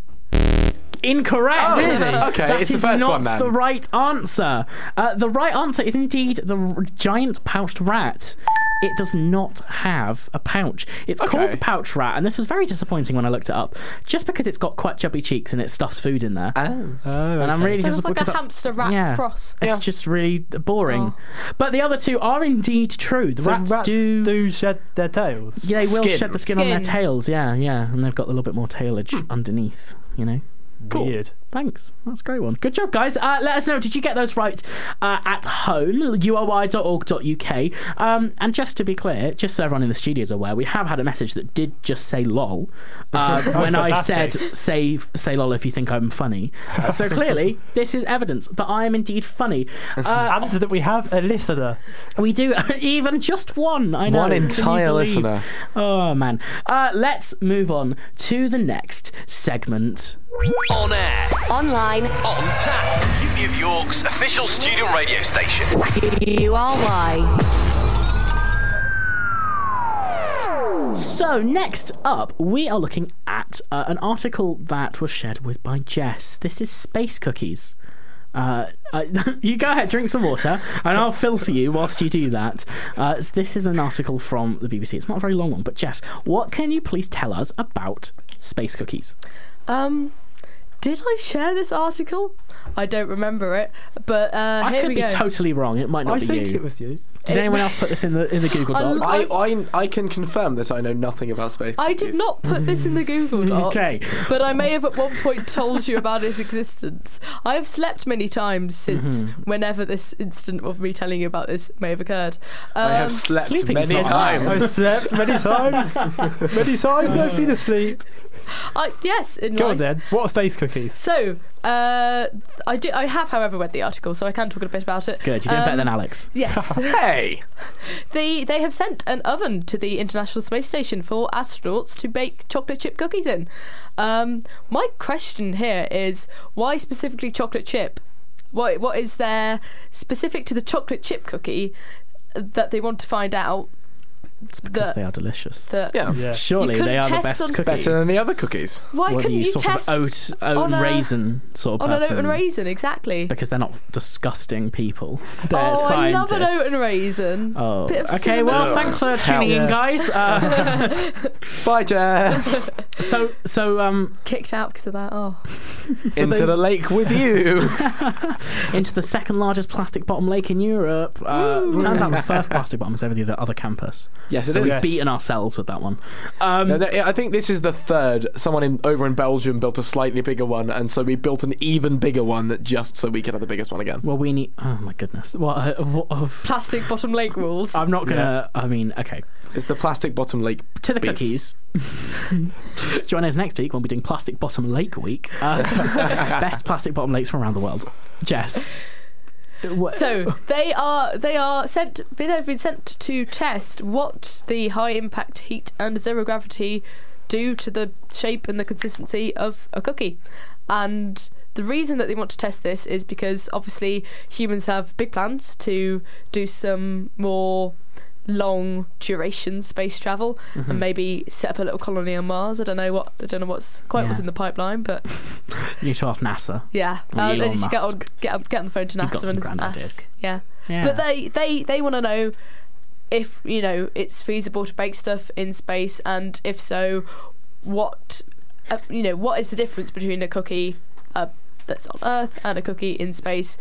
Speaker 1: incorrect.
Speaker 5: Oh, Really? okay,
Speaker 1: That
Speaker 5: it's the
Speaker 1: is
Speaker 5: first
Speaker 1: not
Speaker 5: one then.
Speaker 1: the right answer. Uh, the right answer is indeed the r- giant pouched rat. It does not have a pouch. It's called the pouch rat, and this was very disappointing when I looked it up, just because it's got quite chubby cheeks and it stuffs food in there.
Speaker 5: Oh.
Speaker 6: Oh,
Speaker 1: and I'm
Speaker 6: okay.
Speaker 1: really
Speaker 4: So it's
Speaker 1: disappointed.
Speaker 4: like a
Speaker 1: because I-
Speaker 4: hamster rat
Speaker 1: yeah.
Speaker 4: cross. Oh.
Speaker 1: It's
Speaker 5: Yeah.
Speaker 1: just really boring. But the other two are indeed true. The
Speaker 6: So
Speaker 1: rats, do
Speaker 6: shed their tails.
Speaker 1: yeah, they will
Speaker 5: Skin.
Speaker 1: shed the skin, on their
Speaker 4: Skin.
Speaker 1: tails. Yeah, yeah, and they've got a little bit more tailage underneath. You know, Cool.
Speaker 6: Weird.
Speaker 1: Thanks. That's a great one. Good job, guys. Uh, let us know. Did you get those right uh, at home? URI.org.uk. Um, and just to be clear, just so everyone in the studio is aware, we have had a message that did just say lol uh, when I said
Speaker 6: fantastic.
Speaker 1: say say lol if you think I'm funny. Uh, so clearly, this is evidence that I am indeed funny. Uh,
Speaker 6: And that we have a listener.
Speaker 1: we do even just one. I know.
Speaker 5: One
Speaker 1: Can you
Speaker 5: entire
Speaker 1: believe?
Speaker 5: listener.
Speaker 1: Oh man. Uh, let's move on to the next segment.
Speaker 2: On air,
Speaker 3: Online,
Speaker 2: on tap. You give York's official student radio station.
Speaker 3: URY.
Speaker 1: So next up, we are looking at uh, an article that was shared with by Jess. This is space cookies. Uh, uh, you go ahead, drink some water, and I'll fill for you whilst you do that. Uh, so this is an article from the BBC. It's not a very long one, but Jess, what can you please tell us about space cookies?
Speaker 4: Um, did I share this article? I don't remember it, but uh,
Speaker 1: I
Speaker 4: here
Speaker 1: could
Speaker 4: we
Speaker 1: be
Speaker 4: go.
Speaker 1: totally wrong. It might not
Speaker 6: I
Speaker 1: be
Speaker 6: think
Speaker 1: you.
Speaker 6: it was you.
Speaker 1: Did anyone else put this in the in the Google
Speaker 4: I
Speaker 1: Doc?
Speaker 4: lo-
Speaker 5: I, I, I can confirm that I know nothing about space.
Speaker 4: I did
Speaker 5: cookies.
Speaker 4: not put this in the Google Doc,
Speaker 1: Okay.
Speaker 4: but I may have at one point told you about its existence. I have slept many times since
Speaker 1: Mm-hmm.
Speaker 4: whenever this instant of me telling you about this may have occurred. Um,
Speaker 5: I have slept
Speaker 1: Sleeping
Speaker 5: many
Speaker 1: is not allowed.
Speaker 5: times.
Speaker 6: I slept many times. many times I've been asleep.
Speaker 4: I- yes, in
Speaker 6: Go
Speaker 4: life.
Speaker 6: on then. What are space cookies?
Speaker 4: So, uh, I do. I have, however, read the article, so I can talk a bit about it.
Speaker 1: Good, you're doing better
Speaker 4: Um,
Speaker 1: than Alex.
Speaker 4: Yes.
Speaker 5: Hey,
Speaker 4: They they have sent an oven to the International Space Station for astronauts to bake chocolate chip cookies in. Um, my question here is why specifically chocolate chip? What what is there specific to the chocolate chip cookie that they want to find out? It's
Speaker 1: Because they are delicious.
Speaker 4: that
Speaker 5: yeah,
Speaker 6: Yeah.
Speaker 1: Surely
Speaker 4: couldn't
Speaker 1: they are the
Speaker 4: test
Speaker 1: best
Speaker 4: on-
Speaker 1: cookie.
Speaker 5: better than the other cookies.
Speaker 4: why
Speaker 1: Whether
Speaker 4: couldn't you,
Speaker 1: you sort
Speaker 4: test
Speaker 1: of oat, own
Speaker 4: on a-
Speaker 1: raisin sort of
Speaker 4: on an
Speaker 1: person?
Speaker 4: oat and raisin exactly?
Speaker 1: because they're not disgusting people. They're
Speaker 4: Oh, I love
Speaker 1: scientists.
Speaker 4: an oat and raisin.
Speaker 1: Oh,
Speaker 4: Bit of
Speaker 1: okay.
Speaker 4: cinnamon.
Speaker 1: Well, thanks for tuning in,
Speaker 6: Yeah.
Speaker 1: guys. Uh,
Speaker 5: Bye, Jeff.
Speaker 1: so, so um,
Speaker 4: Kicked out because of that. Oh,
Speaker 5: Into the lake with you.
Speaker 1: into the second largest plastic bottom lake in Europe. Uh, turns out the first plastic bottom is over the other campus.
Speaker 5: yes, it
Speaker 1: So
Speaker 5: is.
Speaker 1: we've beaten ourselves with that one. Um,
Speaker 5: No, th- I think this is the third. Someone in, over in Belgium built a slightly bigger one, and so we built an even bigger one just so we could have the biggest one again.
Speaker 1: well, we need. Oh my goodness. What? Uh, what uh,
Speaker 4: plastic bottom lake rules.
Speaker 1: I'm not gonna. I mean, okay.
Speaker 5: It's the plastic bottom lake.
Speaker 1: To the
Speaker 5: Beef.
Speaker 1: cookies. Join us next week when we're doing Plastic Bottom Lake Week. Uh, best plastic bottom lakes from around the world. Jess. What,
Speaker 4: So they are they are sent they have been sent to test what the high impact heat and zero gravity do to the shape and the consistency of a cookie. And the reason that they want to test this is because obviously humans have big plans to do some more long duration space travel
Speaker 1: Mm-hmm.
Speaker 4: and maybe set up a little colony on Mars. I don't know what I don't know what's quite what's
Speaker 1: Yeah.
Speaker 4: in the pipeline, but
Speaker 1: you need to ask NASA.
Speaker 4: yeah.
Speaker 1: Or
Speaker 4: Uh,
Speaker 1: Elon
Speaker 4: you should get on
Speaker 1: Musk.
Speaker 4: get on get on the phone to
Speaker 1: He's got
Speaker 4: NASA
Speaker 1: some
Speaker 4: and
Speaker 1: grand
Speaker 4: ask.
Speaker 1: ideas.
Speaker 4: Yeah.
Speaker 1: Yeah.
Speaker 4: But they they they want to know if you know it's feasible to bake stuff in space, and if so, what uh, you know what is the difference between a cookie uh, that's on Earth and a cookie in space,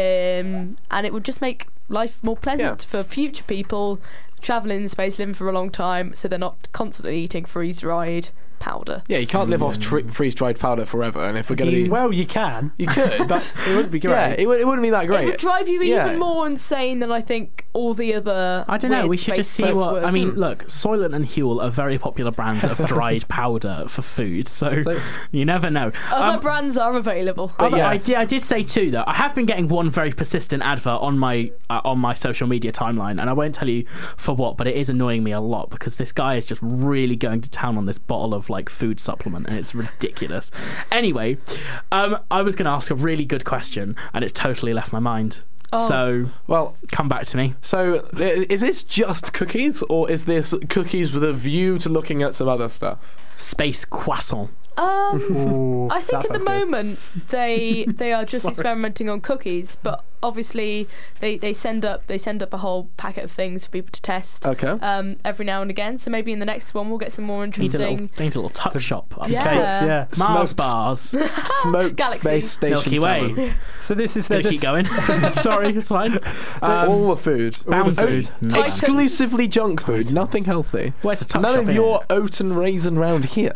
Speaker 4: um, and it would just make life more pleasant for future people traveling in space, living for a long time, so they're not constantly eating freeze dried powder.
Speaker 5: Yeah, you can't live off tri- freeze dried powder forever, and if we're going to be.
Speaker 6: Well, you can.
Speaker 5: you could.
Speaker 6: But it would be great.
Speaker 5: yeah, it, would, it wouldn't be that
Speaker 4: It
Speaker 5: great.
Speaker 4: would drive you
Speaker 5: Yeah.
Speaker 4: even more insane than I think all the other.
Speaker 1: I don't know.
Speaker 4: weird
Speaker 1: We should just
Speaker 4: space
Speaker 1: see what. I
Speaker 4: softwares.
Speaker 1: mean, look, Soylent and Huel are very popular brands of dried powder for food, so,
Speaker 5: So-
Speaker 1: you never know.
Speaker 4: other
Speaker 1: Um,
Speaker 4: brands are available.
Speaker 1: Although
Speaker 5: yeah.
Speaker 1: I did, I did say too though. I have been getting one very persistent advert on my uh, on my social media timeline, and I won't tell you for what, but it is annoying me a lot because this guy is just really going to town on this bottle of like food supplement, and it's ridiculous. anyway, um, I was going to ask a really good question, and it's totally left my mind.
Speaker 4: Oh.
Speaker 1: So
Speaker 5: Well,
Speaker 1: come back to me.
Speaker 5: so i- is this just cookies, or is this cookies with a view to looking at some other stuff?
Speaker 1: Space croissant.
Speaker 4: Um,
Speaker 6: Ooh,
Speaker 4: I think
Speaker 6: that sounds
Speaker 4: at the
Speaker 6: good.
Speaker 4: moment they they are just experimenting on cookies, but obviously they, they send up they send up a whole packet of things for people to test.
Speaker 5: Okay.
Speaker 4: Um, every now and again. So maybe in the next one we'll get some more
Speaker 1: Need Oh. a little,
Speaker 4: interesting
Speaker 1: need a little tuck shop. I'd
Speaker 4: Yeah.
Speaker 1: say.
Speaker 6: Safe, yeah.
Speaker 1: Mars
Speaker 5: Smokes-
Speaker 1: bars.
Speaker 5: Smoked
Speaker 4: Galaxy.
Speaker 5: space station
Speaker 1: Milky Way.
Speaker 5: salmon.
Speaker 6: So this is
Speaker 1: Gonna
Speaker 6: their
Speaker 1: keep going. Sorry, it's fine. Um,
Speaker 5: all the Um, food. Oh,
Speaker 1: Bound
Speaker 6: the
Speaker 1: food. No.
Speaker 4: Like-
Speaker 5: Exclusively junk food, nothing healthy.
Speaker 1: Where's the tuck
Speaker 5: None
Speaker 1: shop?
Speaker 5: of
Speaker 1: here?
Speaker 5: your oat and raisin round here.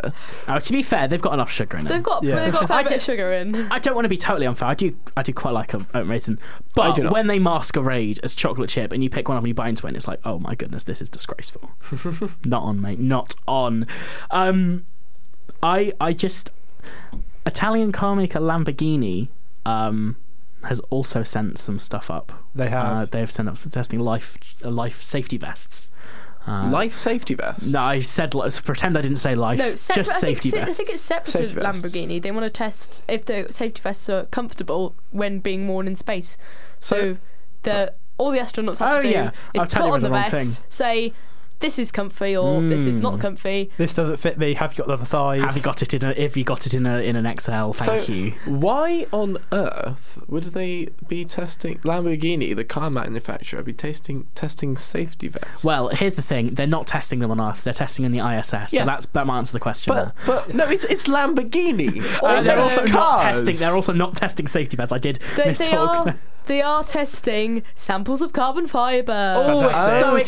Speaker 1: Oh, to be fair, they've got enough sugar in it.
Speaker 4: They've got
Speaker 6: Yeah.
Speaker 4: they've got a
Speaker 1: I
Speaker 4: fair bit
Speaker 1: ju-
Speaker 4: of sugar in.
Speaker 1: I don't want to be totally unfair. I do, I do quite like a oat raisin,
Speaker 5: I
Speaker 1: but
Speaker 5: do not.
Speaker 1: when they masquerade as chocolate chip and you pick one up and you bite into it, and it's like, oh my goodness, this is disgraceful. not on, mate. Not on. Um, I, I just Italian car maker Lamborghini um, has also sent some stuff up.
Speaker 6: They have.
Speaker 1: Uh, they have sent up for testing life, uh, life safety vests. Uh,
Speaker 5: Life safety vest.
Speaker 1: No, I said li- pretend I didn't say life.
Speaker 4: No, separate,
Speaker 1: just safety
Speaker 4: I think,
Speaker 1: vests.
Speaker 4: I think it's separate
Speaker 5: Safety
Speaker 4: to
Speaker 5: vests.
Speaker 4: Lamborghini. They want to test if the safety vests are comfortable when being worn in space. So the all the astronauts have
Speaker 1: Oh,
Speaker 4: to do
Speaker 1: yeah. I'll
Speaker 4: is put
Speaker 1: tell you
Speaker 4: on
Speaker 1: the
Speaker 4: the,
Speaker 1: wrong Hmm.
Speaker 4: vest, say this is comfy or this is not comfy.
Speaker 6: This doesn't fit me. Have you got the other size?
Speaker 1: Have you got it in a? If you got it in a in an XL, thank
Speaker 5: so,
Speaker 1: you.
Speaker 5: why on earth would they be testing Lamborghini, the car manufacturer, be testing testing safety vests?
Speaker 1: Well, here's the thing: they're not testing them on Earth; they're testing in the ISS. So
Speaker 5: Yes.
Speaker 1: that's that might answer the question.
Speaker 5: but
Speaker 1: there.
Speaker 5: but no, it's it's Lamborghini.
Speaker 1: Uh, they're
Speaker 4: Also-
Speaker 1: also not
Speaker 5: cars.
Speaker 1: testing. They're also not testing safety vests. I did
Speaker 4: They, they
Speaker 1: mistalk.
Speaker 4: are they are testing samples of carbon fibre.
Speaker 5: Oh, it's so
Speaker 1: Okay.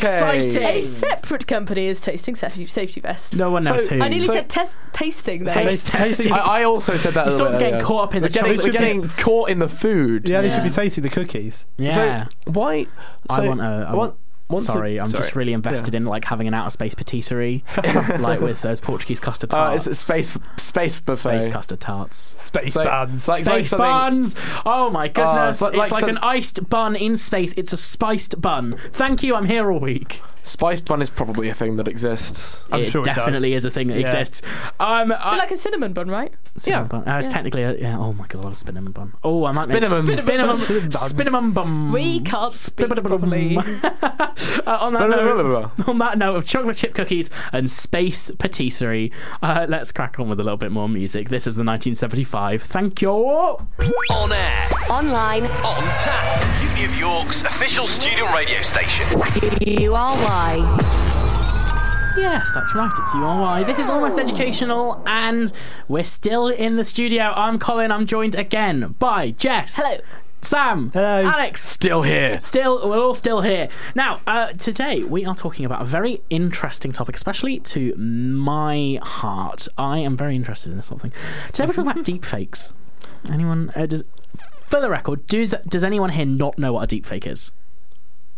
Speaker 5: exciting!
Speaker 4: A separate company is tasting safety safety vests.
Speaker 1: no one knows
Speaker 5: So-
Speaker 1: who.
Speaker 4: I nearly
Speaker 5: So-
Speaker 4: said test tasting
Speaker 1: So
Speaker 4: there.
Speaker 1: they
Speaker 6: Taste-
Speaker 1: tested.
Speaker 5: I, I also said that.
Speaker 1: You're
Speaker 5: a
Speaker 1: sort of
Speaker 5: little bit
Speaker 1: getting
Speaker 5: earlier.
Speaker 1: caught up in
Speaker 5: we're
Speaker 1: the
Speaker 5: getting,
Speaker 1: chocolate
Speaker 5: we're
Speaker 1: chip.
Speaker 5: getting caught in the food.
Speaker 6: Yeah, they should
Speaker 4: Yeah.
Speaker 6: be tasting the cookies.
Speaker 1: yeah,
Speaker 5: So why?
Speaker 1: I
Speaker 5: so
Speaker 1: want a. I
Speaker 5: one-
Speaker 1: want,
Speaker 5: once a-
Speaker 1: sorry, i I'm just really invested
Speaker 5: Yeah.
Speaker 1: in like having an outer space patisserie, like with those Portuguese custard
Speaker 5: Uh,
Speaker 1: tarts.
Speaker 5: it's a space space buffet.
Speaker 1: space custard tarts.
Speaker 6: Space
Speaker 5: So-
Speaker 6: bands.
Speaker 5: so- It's like
Speaker 1: space
Speaker 5: something-
Speaker 1: buns. Oh my
Speaker 5: Oh,
Speaker 1: goodness!
Speaker 5: it's like-
Speaker 1: it's like,
Speaker 5: like some-
Speaker 1: an iced bun in space. It's a spiced bun. Thank you. I'm here all week.
Speaker 5: Spiced bun is probably a thing that exists.
Speaker 6: I'm
Speaker 1: it
Speaker 6: sure it does.
Speaker 1: definitely is a thing that
Speaker 6: Yeah.
Speaker 1: exists. Um, I,
Speaker 4: They're like a cinnamon bun, right?
Speaker 1: cinnamon
Speaker 5: yeah.
Speaker 1: bun. Uh, it's technically a, yeah. Oh my god, I love a cinnamon bun. Oh, I might
Speaker 5: Cinnamon.
Speaker 1: make cinnamon cinnamon
Speaker 5: Cinnamon bun.
Speaker 1: cinnamon bun.
Speaker 4: We can't speak properly.
Speaker 1: Uh, on, that note, on that note of chocolate chip cookies and space patisserie, uh, let's crack on with a little bit more music. This is the 1975. Thank you.
Speaker 2: On air,
Speaker 3: Online,
Speaker 2: on tap. Uni of York's official student radio station.
Speaker 3: URY.
Speaker 1: Yes, that's right. It's URY. This is almost educational, and we're still in the studio. I'm Colin. I'm joined again by Jess.
Speaker 4: Hello.
Speaker 1: Sam.
Speaker 6: Hello.
Speaker 1: Alex.
Speaker 5: Still here.
Speaker 1: Still, we're all still here. Now, uh, today we are talking about a very interesting topic, especially to my heart. I am very interested in this sort of thing. Today we're talking about deepfakes. Anyone? Uh, does, for the record, does does anyone here not know what a deepfake is?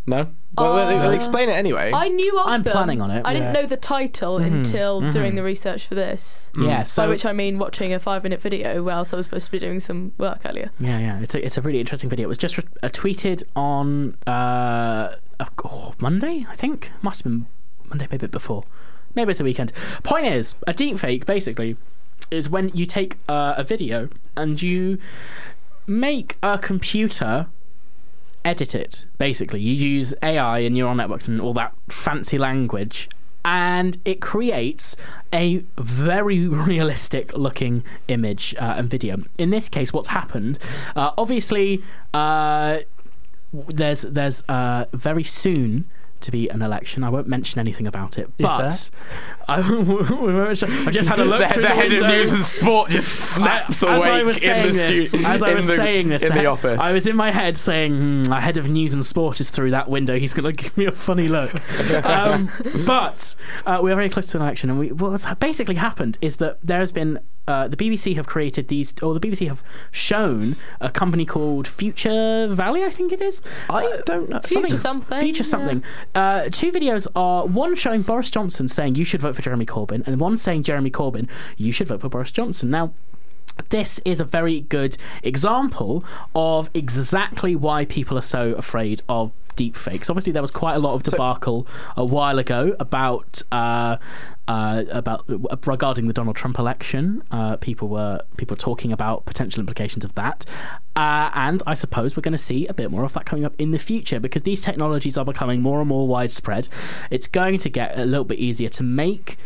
Speaker 5: No. Well, they'll- they'll explain it anyway.
Speaker 4: I knew of
Speaker 1: I'm
Speaker 4: them.
Speaker 1: planning on it,
Speaker 4: I didn't
Speaker 6: yeah.
Speaker 4: know the title until doing the research for this.
Speaker 1: Yeah.
Speaker 4: Mm. By
Speaker 1: Mm-hmm. So
Speaker 4: which I mean watching a five-minute video whilst I was supposed to be doing some work earlier.
Speaker 1: Yeah, yeah, it's a it's a really interesting video. It was just re- uh, tweeted on uh, of- oh, Monday, I think. Must have been Monday, maybe a bit before. Maybe it's the weekend. Point is, a deepfake basically is when you take uh, a video and you make a computer edit it. Basically, you use AI and neural networks and all that fancy language, and it creates a very realistic looking image uh, and video. In this case, what's happened? Uh, obviously, uh, w- there's there's uh, very soon. To be an election, I won't mention anything about it. but I, I just had a look
Speaker 5: the,
Speaker 1: through
Speaker 5: the
Speaker 1: the
Speaker 5: head of
Speaker 1: window.
Speaker 5: news and sport just snaps
Speaker 1: I-
Speaker 5: awake
Speaker 1: as I was saying
Speaker 5: in the
Speaker 1: this,
Speaker 5: studio.
Speaker 1: as I
Speaker 5: in
Speaker 1: was
Speaker 5: the,
Speaker 1: saying this,
Speaker 5: in
Speaker 1: I-
Speaker 5: the office.
Speaker 1: I was in my head saying, hmm, "Our head of news and sport is through that window. He's going to give me a funny look." um, but uh, we are very close to an election, and we, what's basically happened is that there has been uh, the BBC have created these, or the BBC have shown a company called Future Valley, I think it is,
Speaker 5: I don't know.
Speaker 4: Future something.
Speaker 1: Future
Speaker 4: yeah.
Speaker 1: something. Uh, two videos are one showing Boris Johnson saying you should vote for Jeremy Corbyn, and one saying Jeremy Corbyn you should vote for Boris Johnson. Now. This is a very good example of exactly why people are so afraid of deepfakes. Obviously, there was quite a lot of debacle a while ago about uh, uh, about regarding the Donald Trump election. Uh, people were people were talking about potential implications of that, uh, and I suppose we're going to see a bit more of that coming up in the future because these technologies are becoming more and more widespread. It's going to get a little bit easier to make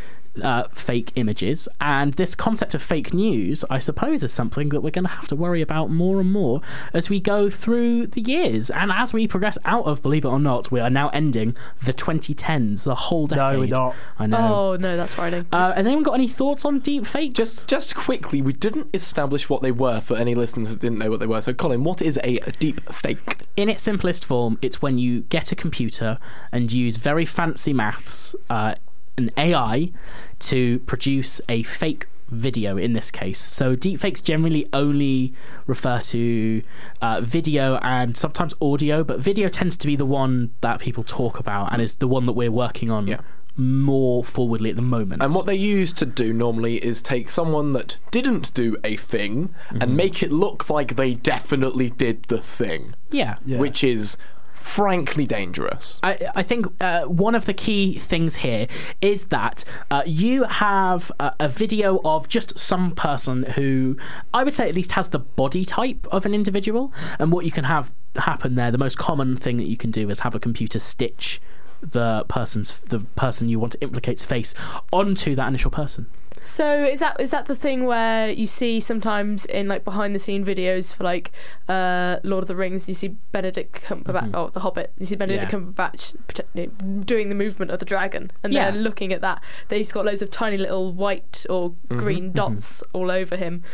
Speaker 1: uh, fake images. And this concept of fake news, I suppose, is something that we're going to have to worry about more and more as we go through the years. And as we progress out of, believe it or not, we are now ending the 2010s, the whole decade.
Speaker 6: we're not.
Speaker 1: I know.
Speaker 4: Oh no, that's frightening.
Speaker 1: Uh, has anyone got any thoughts on deep fakes?
Speaker 5: Just, just quickly, we didn't establish what they were for any listeners that didn't know what they were. So, Colin, what is a deep fake?
Speaker 1: in its simplest form, it's when you get a computer and use very fancy maths, uh, an AI, to produce a fake video in this case. So deepfakes generally only refer to uh, video and sometimes audio, but video tends to be the one that people talk about and is the one that we're working on
Speaker 5: Yeah.
Speaker 1: more forwardly at the moment.
Speaker 5: And what they used to do normally is take someone that didn't do a thing and make it look like they definitely did the thing,
Speaker 1: yeah.
Speaker 6: Yeah.
Speaker 5: which is frankly dangerous.
Speaker 1: I, I think uh, one of the key things here is that uh, you have a, a video of just some person who I would say at least has the body type of an individual. And what you can have happen there, the most common thing that you can do is have a computer stitch the person's the person you want to implicate's face onto that initial person.
Speaker 4: So is that is that the thing where you see sometimes in like behind the scene videos for like uh, Lord of the Rings, you see Benedict Cumberbatch, oh The Hobbit, you see Benedict
Speaker 1: Mm-hmm. Yeah.
Speaker 4: Cumberbatch protect- you know, doing the movement of the dragon, and
Speaker 1: Yeah.
Speaker 4: they're looking at that. They've got loads of tiny little white or green dots all over him.
Speaker 1: Mm-hmm.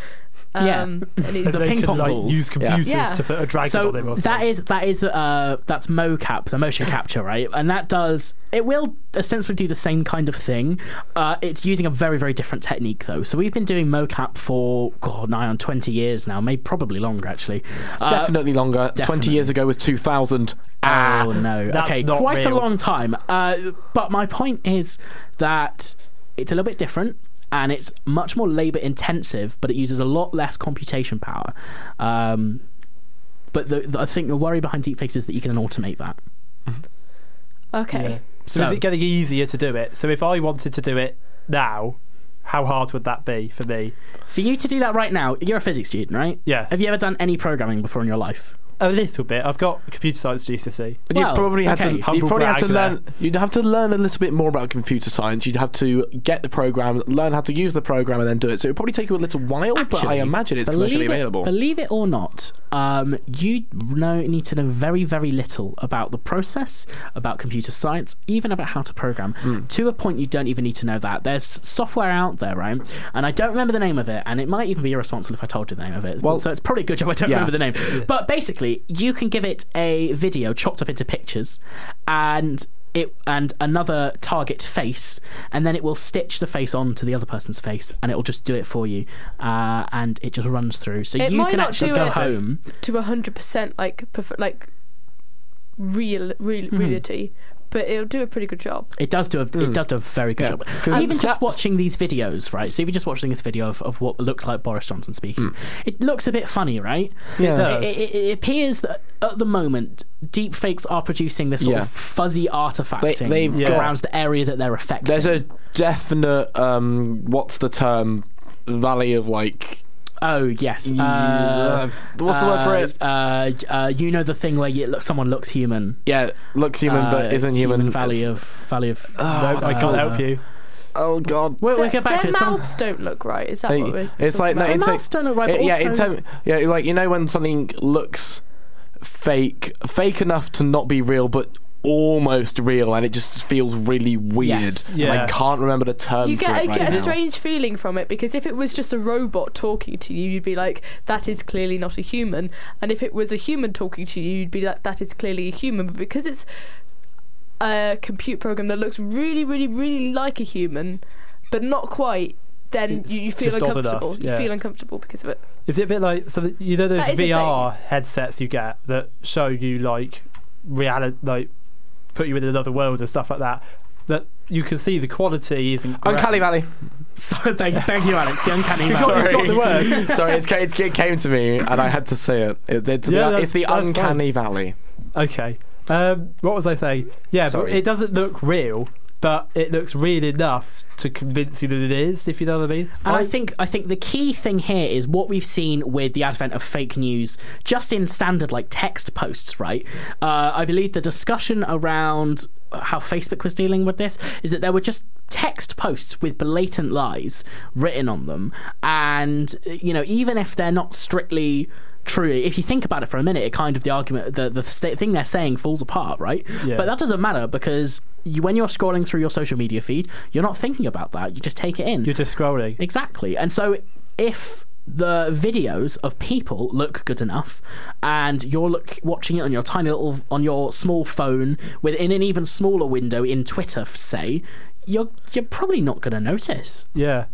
Speaker 4: Um,
Speaker 1: Yeah.
Speaker 4: and he's-
Speaker 1: The
Speaker 6: they
Speaker 1: ping
Speaker 6: could,
Speaker 1: pong
Speaker 6: like,
Speaker 1: balls.
Speaker 6: Use computers
Speaker 4: Yeah.
Speaker 6: to put a dragon
Speaker 1: so
Speaker 6: on him. Or
Speaker 1: that
Speaker 6: something.
Speaker 1: is that is uh that's mocap the motion capture right and that does it will ostensibly do the same kind of thing uh it's using a very very different technique though so we've been doing mocap for god nigh on 20 years now maybe probably longer actually Uh,
Speaker 5: definitely longer. 20 years ago was 2000. Ah.
Speaker 1: Oh no!
Speaker 6: That's
Speaker 1: okay,
Speaker 6: not
Speaker 1: quite a
Speaker 6: real.
Speaker 1: long time. Uh, but my point is that it's a little bit different, and it's much more labor intensive, but it uses a lot less computation power. Um, but the, the, I think the worry behind deepfakes is that you can automate that.
Speaker 4: okay.
Speaker 6: So, is
Speaker 1: So-
Speaker 6: it getting easier to do it? So if I wanted to do it now, how hard would that be for me?
Speaker 1: For you to do that right now, you're a physics student, right?
Speaker 6: Yes.
Speaker 1: Have you ever done any programming before in your life?
Speaker 6: A little bit. I've got computer science GCSE.
Speaker 5: You'd
Speaker 1: Well,
Speaker 5: probably have
Speaker 1: okay.
Speaker 5: to. You'd
Speaker 6: Humble
Speaker 5: probably have to
Speaker 6: brag there.
Speaker 5: learn. You'd have to learn a little bit more about computer science. You'd have to get the program, learn how to use the program, and then do it. So it'd probably take you a little while, but I
Speaker 1: Actually,
Speaker 5: imagine it's commercially
Speaker 1: believe it,
Speaker 5: available.
Speaker 1: Believe it or not, um, you know need to know very, very little about the process, about computer science, even about how to program.
Speaker 5: Hmm.
Speaker 1: To a point, you don't even need to know that. There's software out there, right? And I don't remember the name of it, and it might even be irresponsible if I told you the name of it.
Speaker 5: Well-
Speaker 1: so it's probably a good job I don't
Speaker 5: Yeah.
Speaker 1: remember the name. But basically, you can give it a video chopped up into pictures, and. It, and another target face, and then it will stitch the face onto the other person's face, and it will just do it for you, uh, and it just runs through. So
Speaker 4: It
Speaker 1: you
Speaker 4: might
Speaker 1: can
Speaker 4: not
Speaker 1: actually
Speaker 4: do
Speaker 1: go
Speaker 4: it.
Speaker 1: home.
Speaker 4: to hundred percent like perf- like real, real
Speaker 1: Mm-hmm.
Speaker 4: reality, but it'll do a pretty good job.
Speaker 1: It does do a
Speaker 4: Hmm.
Speaker 1: it does do a very good
Speaker 5: Yeah.
Speaker 1: job.
Speaker 5: 'Cause
Speaker 1: Even
Speaker 5: it's
Speaker 1: just
Speaker 5: not-
Speaker 1: watching these videos, right? So if you're just watching this video of, of what looks like Boris Johnson speaking,
Speaker 4: Hmm.
Speaker 1: it looks a bit funny, right?
Speaker 5: Yeah. It
Speaker 6: does.
Speaker 1: It, it- it appears that at the moment, deep fakes are producing this sort
Speaker 5: Yeah.
Speaker 1: of fuzzy artifacting
Speaker 5: they've
Speaker 6: got-
Speaker 1: around the area that they're affecting.
Speaker 5: There's a definite. Um, what's the term? Valley of like.
Speaker 1: oh yes.
Speaker 5: y-
Speaker 1: Uh,
Speaker 5: uh, what's the word for
Speaker 1: uh,
Speaker 5: it?
Speaker 1: Uh, uh, you know the thing where you, look, someone looks human,
Speaker 5: Yeah, looks human
Speaker 1: Uh,
Speaker 5: but isn't human.
Speaker 1: Valley
Speaker 5: It's-
Speaker 1: of valley of.
Speaker 5: Oh,
Speaker 6: no, I can't
Speaker 1: called?
Speaker 6: help you.
Speaker 5: oh God.
Speaker 1: we'll, we'll
Speaker 4: Their-
Speaker 1: get back to
Speaker 4: their
Speaker 1: it. Some-
Speaker 4: mouths don't look right. Is that
Speaker 5: Hey,
Speaker 4: what we're
Speaker 5: it's like
Speaker 4: talking
Speaker 5: no,
Speaker 4: about?
Speaker 5: in
Speaker 1: Well,
Speaker 5: ter-
Speaker 1: that's done alright, but
Speaker 5: yeah, in
Speaker 1: also-
Speaker 5: term- yeah, like you know when something looks fake, fake enough to not be real, but almost real, and it just feels really weird.
Speaker 1: Yes.
Speaker 5: And I
Speaker 6: Yeah.
Speaker 5: can't remember the term.
Speaker 4: You
Speaker 5: for
Speaker 4: get,
Speaker 5: it
Speaker 4: I
Speaker 5: right
Speaker 4: get a
Speaker 5: now.
Speaker 4: strange feeling from it because if it was just a robot talking to you, you'd be like, that is clearly not a human. And if it was a human talking to you, you'd be like, that is clearly a human. But because it's a compute program that looks really, really, really like a human, but not quite, then
Speaker 6: It's
Speaker 4: you, you feel
Speaker 6: just odd enough,
Speaker 4: uncomfortable.
Speaker 6: yeah.
Speaker 4: You feel uncomfortable because of it.
Speaker 6: Is it a bit like so that you know those
Speaker 4: That is a
Speaker 6: VR headsets you get that show you like reality, like put you in another world and stuff like that? That you can see the quality isn't. Great.
Speaker 5: Uncanny Valley.
Speaker 1: So thank, thank you, Alex. The uncanny
Speaker 6: You've
Speaker 1: valley.
Speaker 6: got, you've got the word.
Speaker 5: Sorry, it's, ca- it's, it came to me and I had to say it. It- it's,
Speaker 6: Yeah,
Speaker 5: the,
Speaker 6: that's-
Speaker 5: it's the
Speaker 6: that's
Speaker 5: uncanny valley.
Speaker 6: Okay. Um, what was I saying? Yeah,
Speaker 5: Sorry.
Speaker 6: but it doesn't look real, but it looks real enough to convince you that it is, if you know what I mean.
Speaker 1: And I think I think the key thing here is what we've seen with the advent of fake news, just in standard like text posts, right? Uh, I believe the discussion around how Facebook was dealing with this is that there were just text posts with blatant lies written on them. And, you know, even if they're not strictly true, if you think about it for a minute, it kind of the argument, the, the sta- thing they're saying falls apart, right?
Speaker 6: Yeah.
Speaker 1: But that doesn't matter because you, when you're scrolling through your social media feed, you're not thinking about that. You just take it in.
Speaker 6: You're just scrolling.
Speaker 1: Exactly. And so if the videos of people look good enough and you're look watching it on your tiny little on your small phone within an even smaller window in Twitter f- say you're you're probably not going to notice
Speaker 6: Yeah,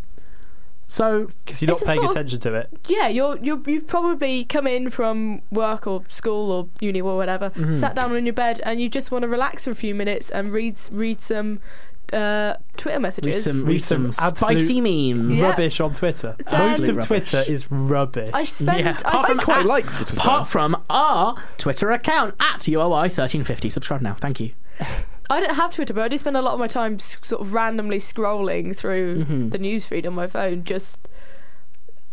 Speaker 1: so
Speaker 6: because you're
Speaker 4: It's
Speaker 6: not
Speaker 4: a
Speaker 6: paying
Speaker 4: sort of-
Speaker 6: attention to it.
Speaker 4: yeah, you're, you're you've probably come in from work or school or uni or whatever,
Speaker 1: Mm-hmm.
Speaker 4: sat down on your bed, and you just want to relax for a few minutes and read s- read some uh, Twitter
Speaker 1: read
Speaker 4: messages.
Speaker 1: some,
Speaker 6: Read
Speaker 1: read some,
Speaker 6: some
Speaker 1: spicy memes
Speaker 4: Yeah.
Speaker 6: Rubbish on Twitter.
Speaker 4: Then-
Speaker 6: Most of
Speaker 1: Mostly
Speaker 6: Twitter
Speaker 1: rubbish.
Speaker 6: is rubbish.
Speaker 4: I spend
Speaker 1: Yeah,
Speaker 4: I
Speaker 1: apart from
Speaker 5: I
Speaker 4: spend
Speaker 5: quite
Speaker 1: At-
Speaker 5: like Twitter.
Speaker 1: apart from our Twitter account at UOI1350 subscribe now thank you
Speaker 4: I don't have Twitter, but I do spend a lot of my time s- sort of randomly scrolling through
Speaker 1: Mm-hmm.
Speaker 4: the newsfeed on my phone, just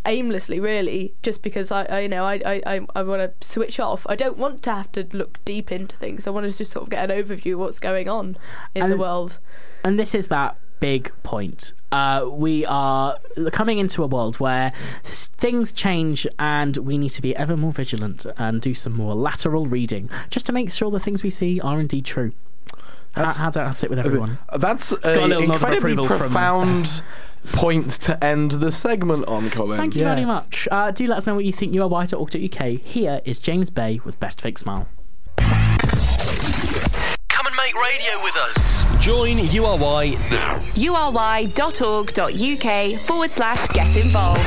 Speaker 4: aimlessly, really, just because I, I you know, I, I, I, I want to switch off. I don't want to have to look deep into things. I want to just sort of get an overview of what's going on in the
Speaker 1: And-
Speaker 4: world.
Speaker 1: and this is that big point. Uh, we are coming into a world where s- things change and we need to be ever more vigilant and do some more lateral reading just to make sure the things we see are indeed true. How,
Speaker 5: That's-
Speaker 1: how does that sit with everyone?
Speaker 5: That's
Speaker 1: got a
Speaker 5: an
Speaker 1: little nod of
Speaker 5: incredibly
Speaker 1: approval from-
Speaker 5: profound point to end the segment on, Colin.
Speaker 1: Thank you very
Speaker 6: Yes.
Speaker 1: much. Uh, do let us know what you think. URY.org.uk. Here is James Bay with Best Fake Smile.
Speaker 2: Come and make radio with us.
Speaker 7: Join URY now.
Speaker 3: ury.org.uk forward slash get involved.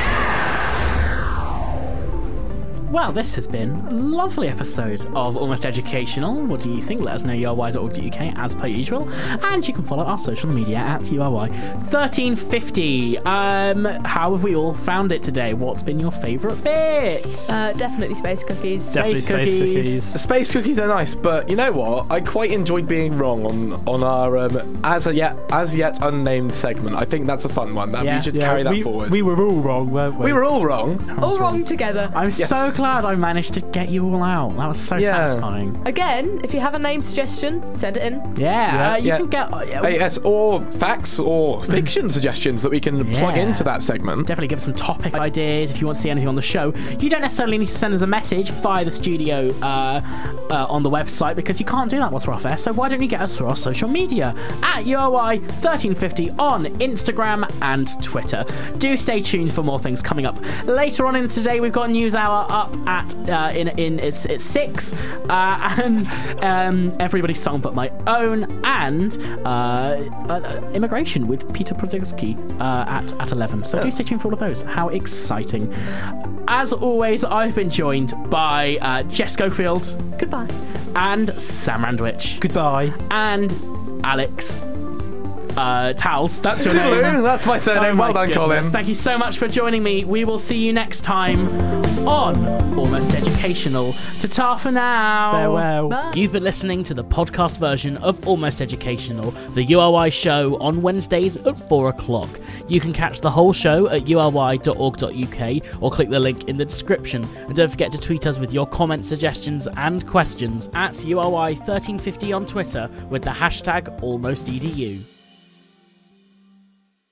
Speaker 1: Well, this has been a lovely episode of Almost Educational. What do you think? Let us know ury.org.uk as per usual. And you can follow our social media at ury1350. Um, how have we all found it today? What's been your favourite bit?
Speaker 4: Uh, definitely space cookies.
Speaker 6: Definitely space
Speaker 1: cookies.
Speaker 6: cookies.
Speaker 5: The space cookies are nice, but you know what? I quite enjoyed being wrong on on our um, as a yet as yet unnamed segment. I think that's a fun one. That
Speaker 1: Yeah.
Speaker 5: we should
Speaker 6: Yeah,
Speaker 5: carry that
Speaker 6: we,
Speaker 5: forward.
Speaker 6: we were all wrong, weren't we?
Speaker 5: We were all wrong.
Speaker 4: All wrong together.
Speaker 1: I'm so glad I managed to get you all out. That was so
Speaker 5: Yeah.
Speaker 1: satisfying.
Speaker 4: Again, if you have a name suggestion, send it in.
Speaker 1: Yeah,
Speaker 5: Yeah,
Speaker 1: uh, you
Speaker 5: yeah.
Speaker 1: can get. Uh, yeah,
Speaker 5: Hey, yes, or facts or fiction suggestions that we can plug
Speaker 1: Yeah.
Speaker 5: into that segment.
Speaker 1: definitely give us some topic ideas if you want to see anything on the show. You don't necessarily need to send us a message via the studio uh, uh, on the website because you can't do that once we're off air. So why don't you get us through our social media at UOI1350 on Instagram and Twitter. Do stay tuned for more things coming up later on in today. We've got news hour up at uh, in in it's, it's six uh, and um, everybody's song but my own and uh, uh, immigration with Peter Prozinski uh, at at eleven. So do stay tuned for all of those. How exciting! As always, I've been joined by uh, Jess Schofield
Speaker 4: Goodbye.
Speaker 1: and Sam Randwich
Speaker 6: Goodbye.
Speaker 1: and Alex uh, Towles. That's your name.
Speaker 5: Toodaloo, that's my surname.
Speaker 1: Oh
Speaker 5: well
Speaker 1: my
Speaker 5: done, Colin.
Speaker 1: goodness. Thank you so much for joining me. We will see you next time on Almost Educational. Ta-ta for now.
Speaker 6: Farewell.
Speaker 1: You've been listening to the podcast version of Almost Educational, the URI show on Wednesdays at 4 o'clock. You can catch the whole show at uri.org.uk or click the link in the description. And don't forget to tweet us with your comments, suggestions, and questions at URI1350 on Twitter with the hashtag AlmostEDU.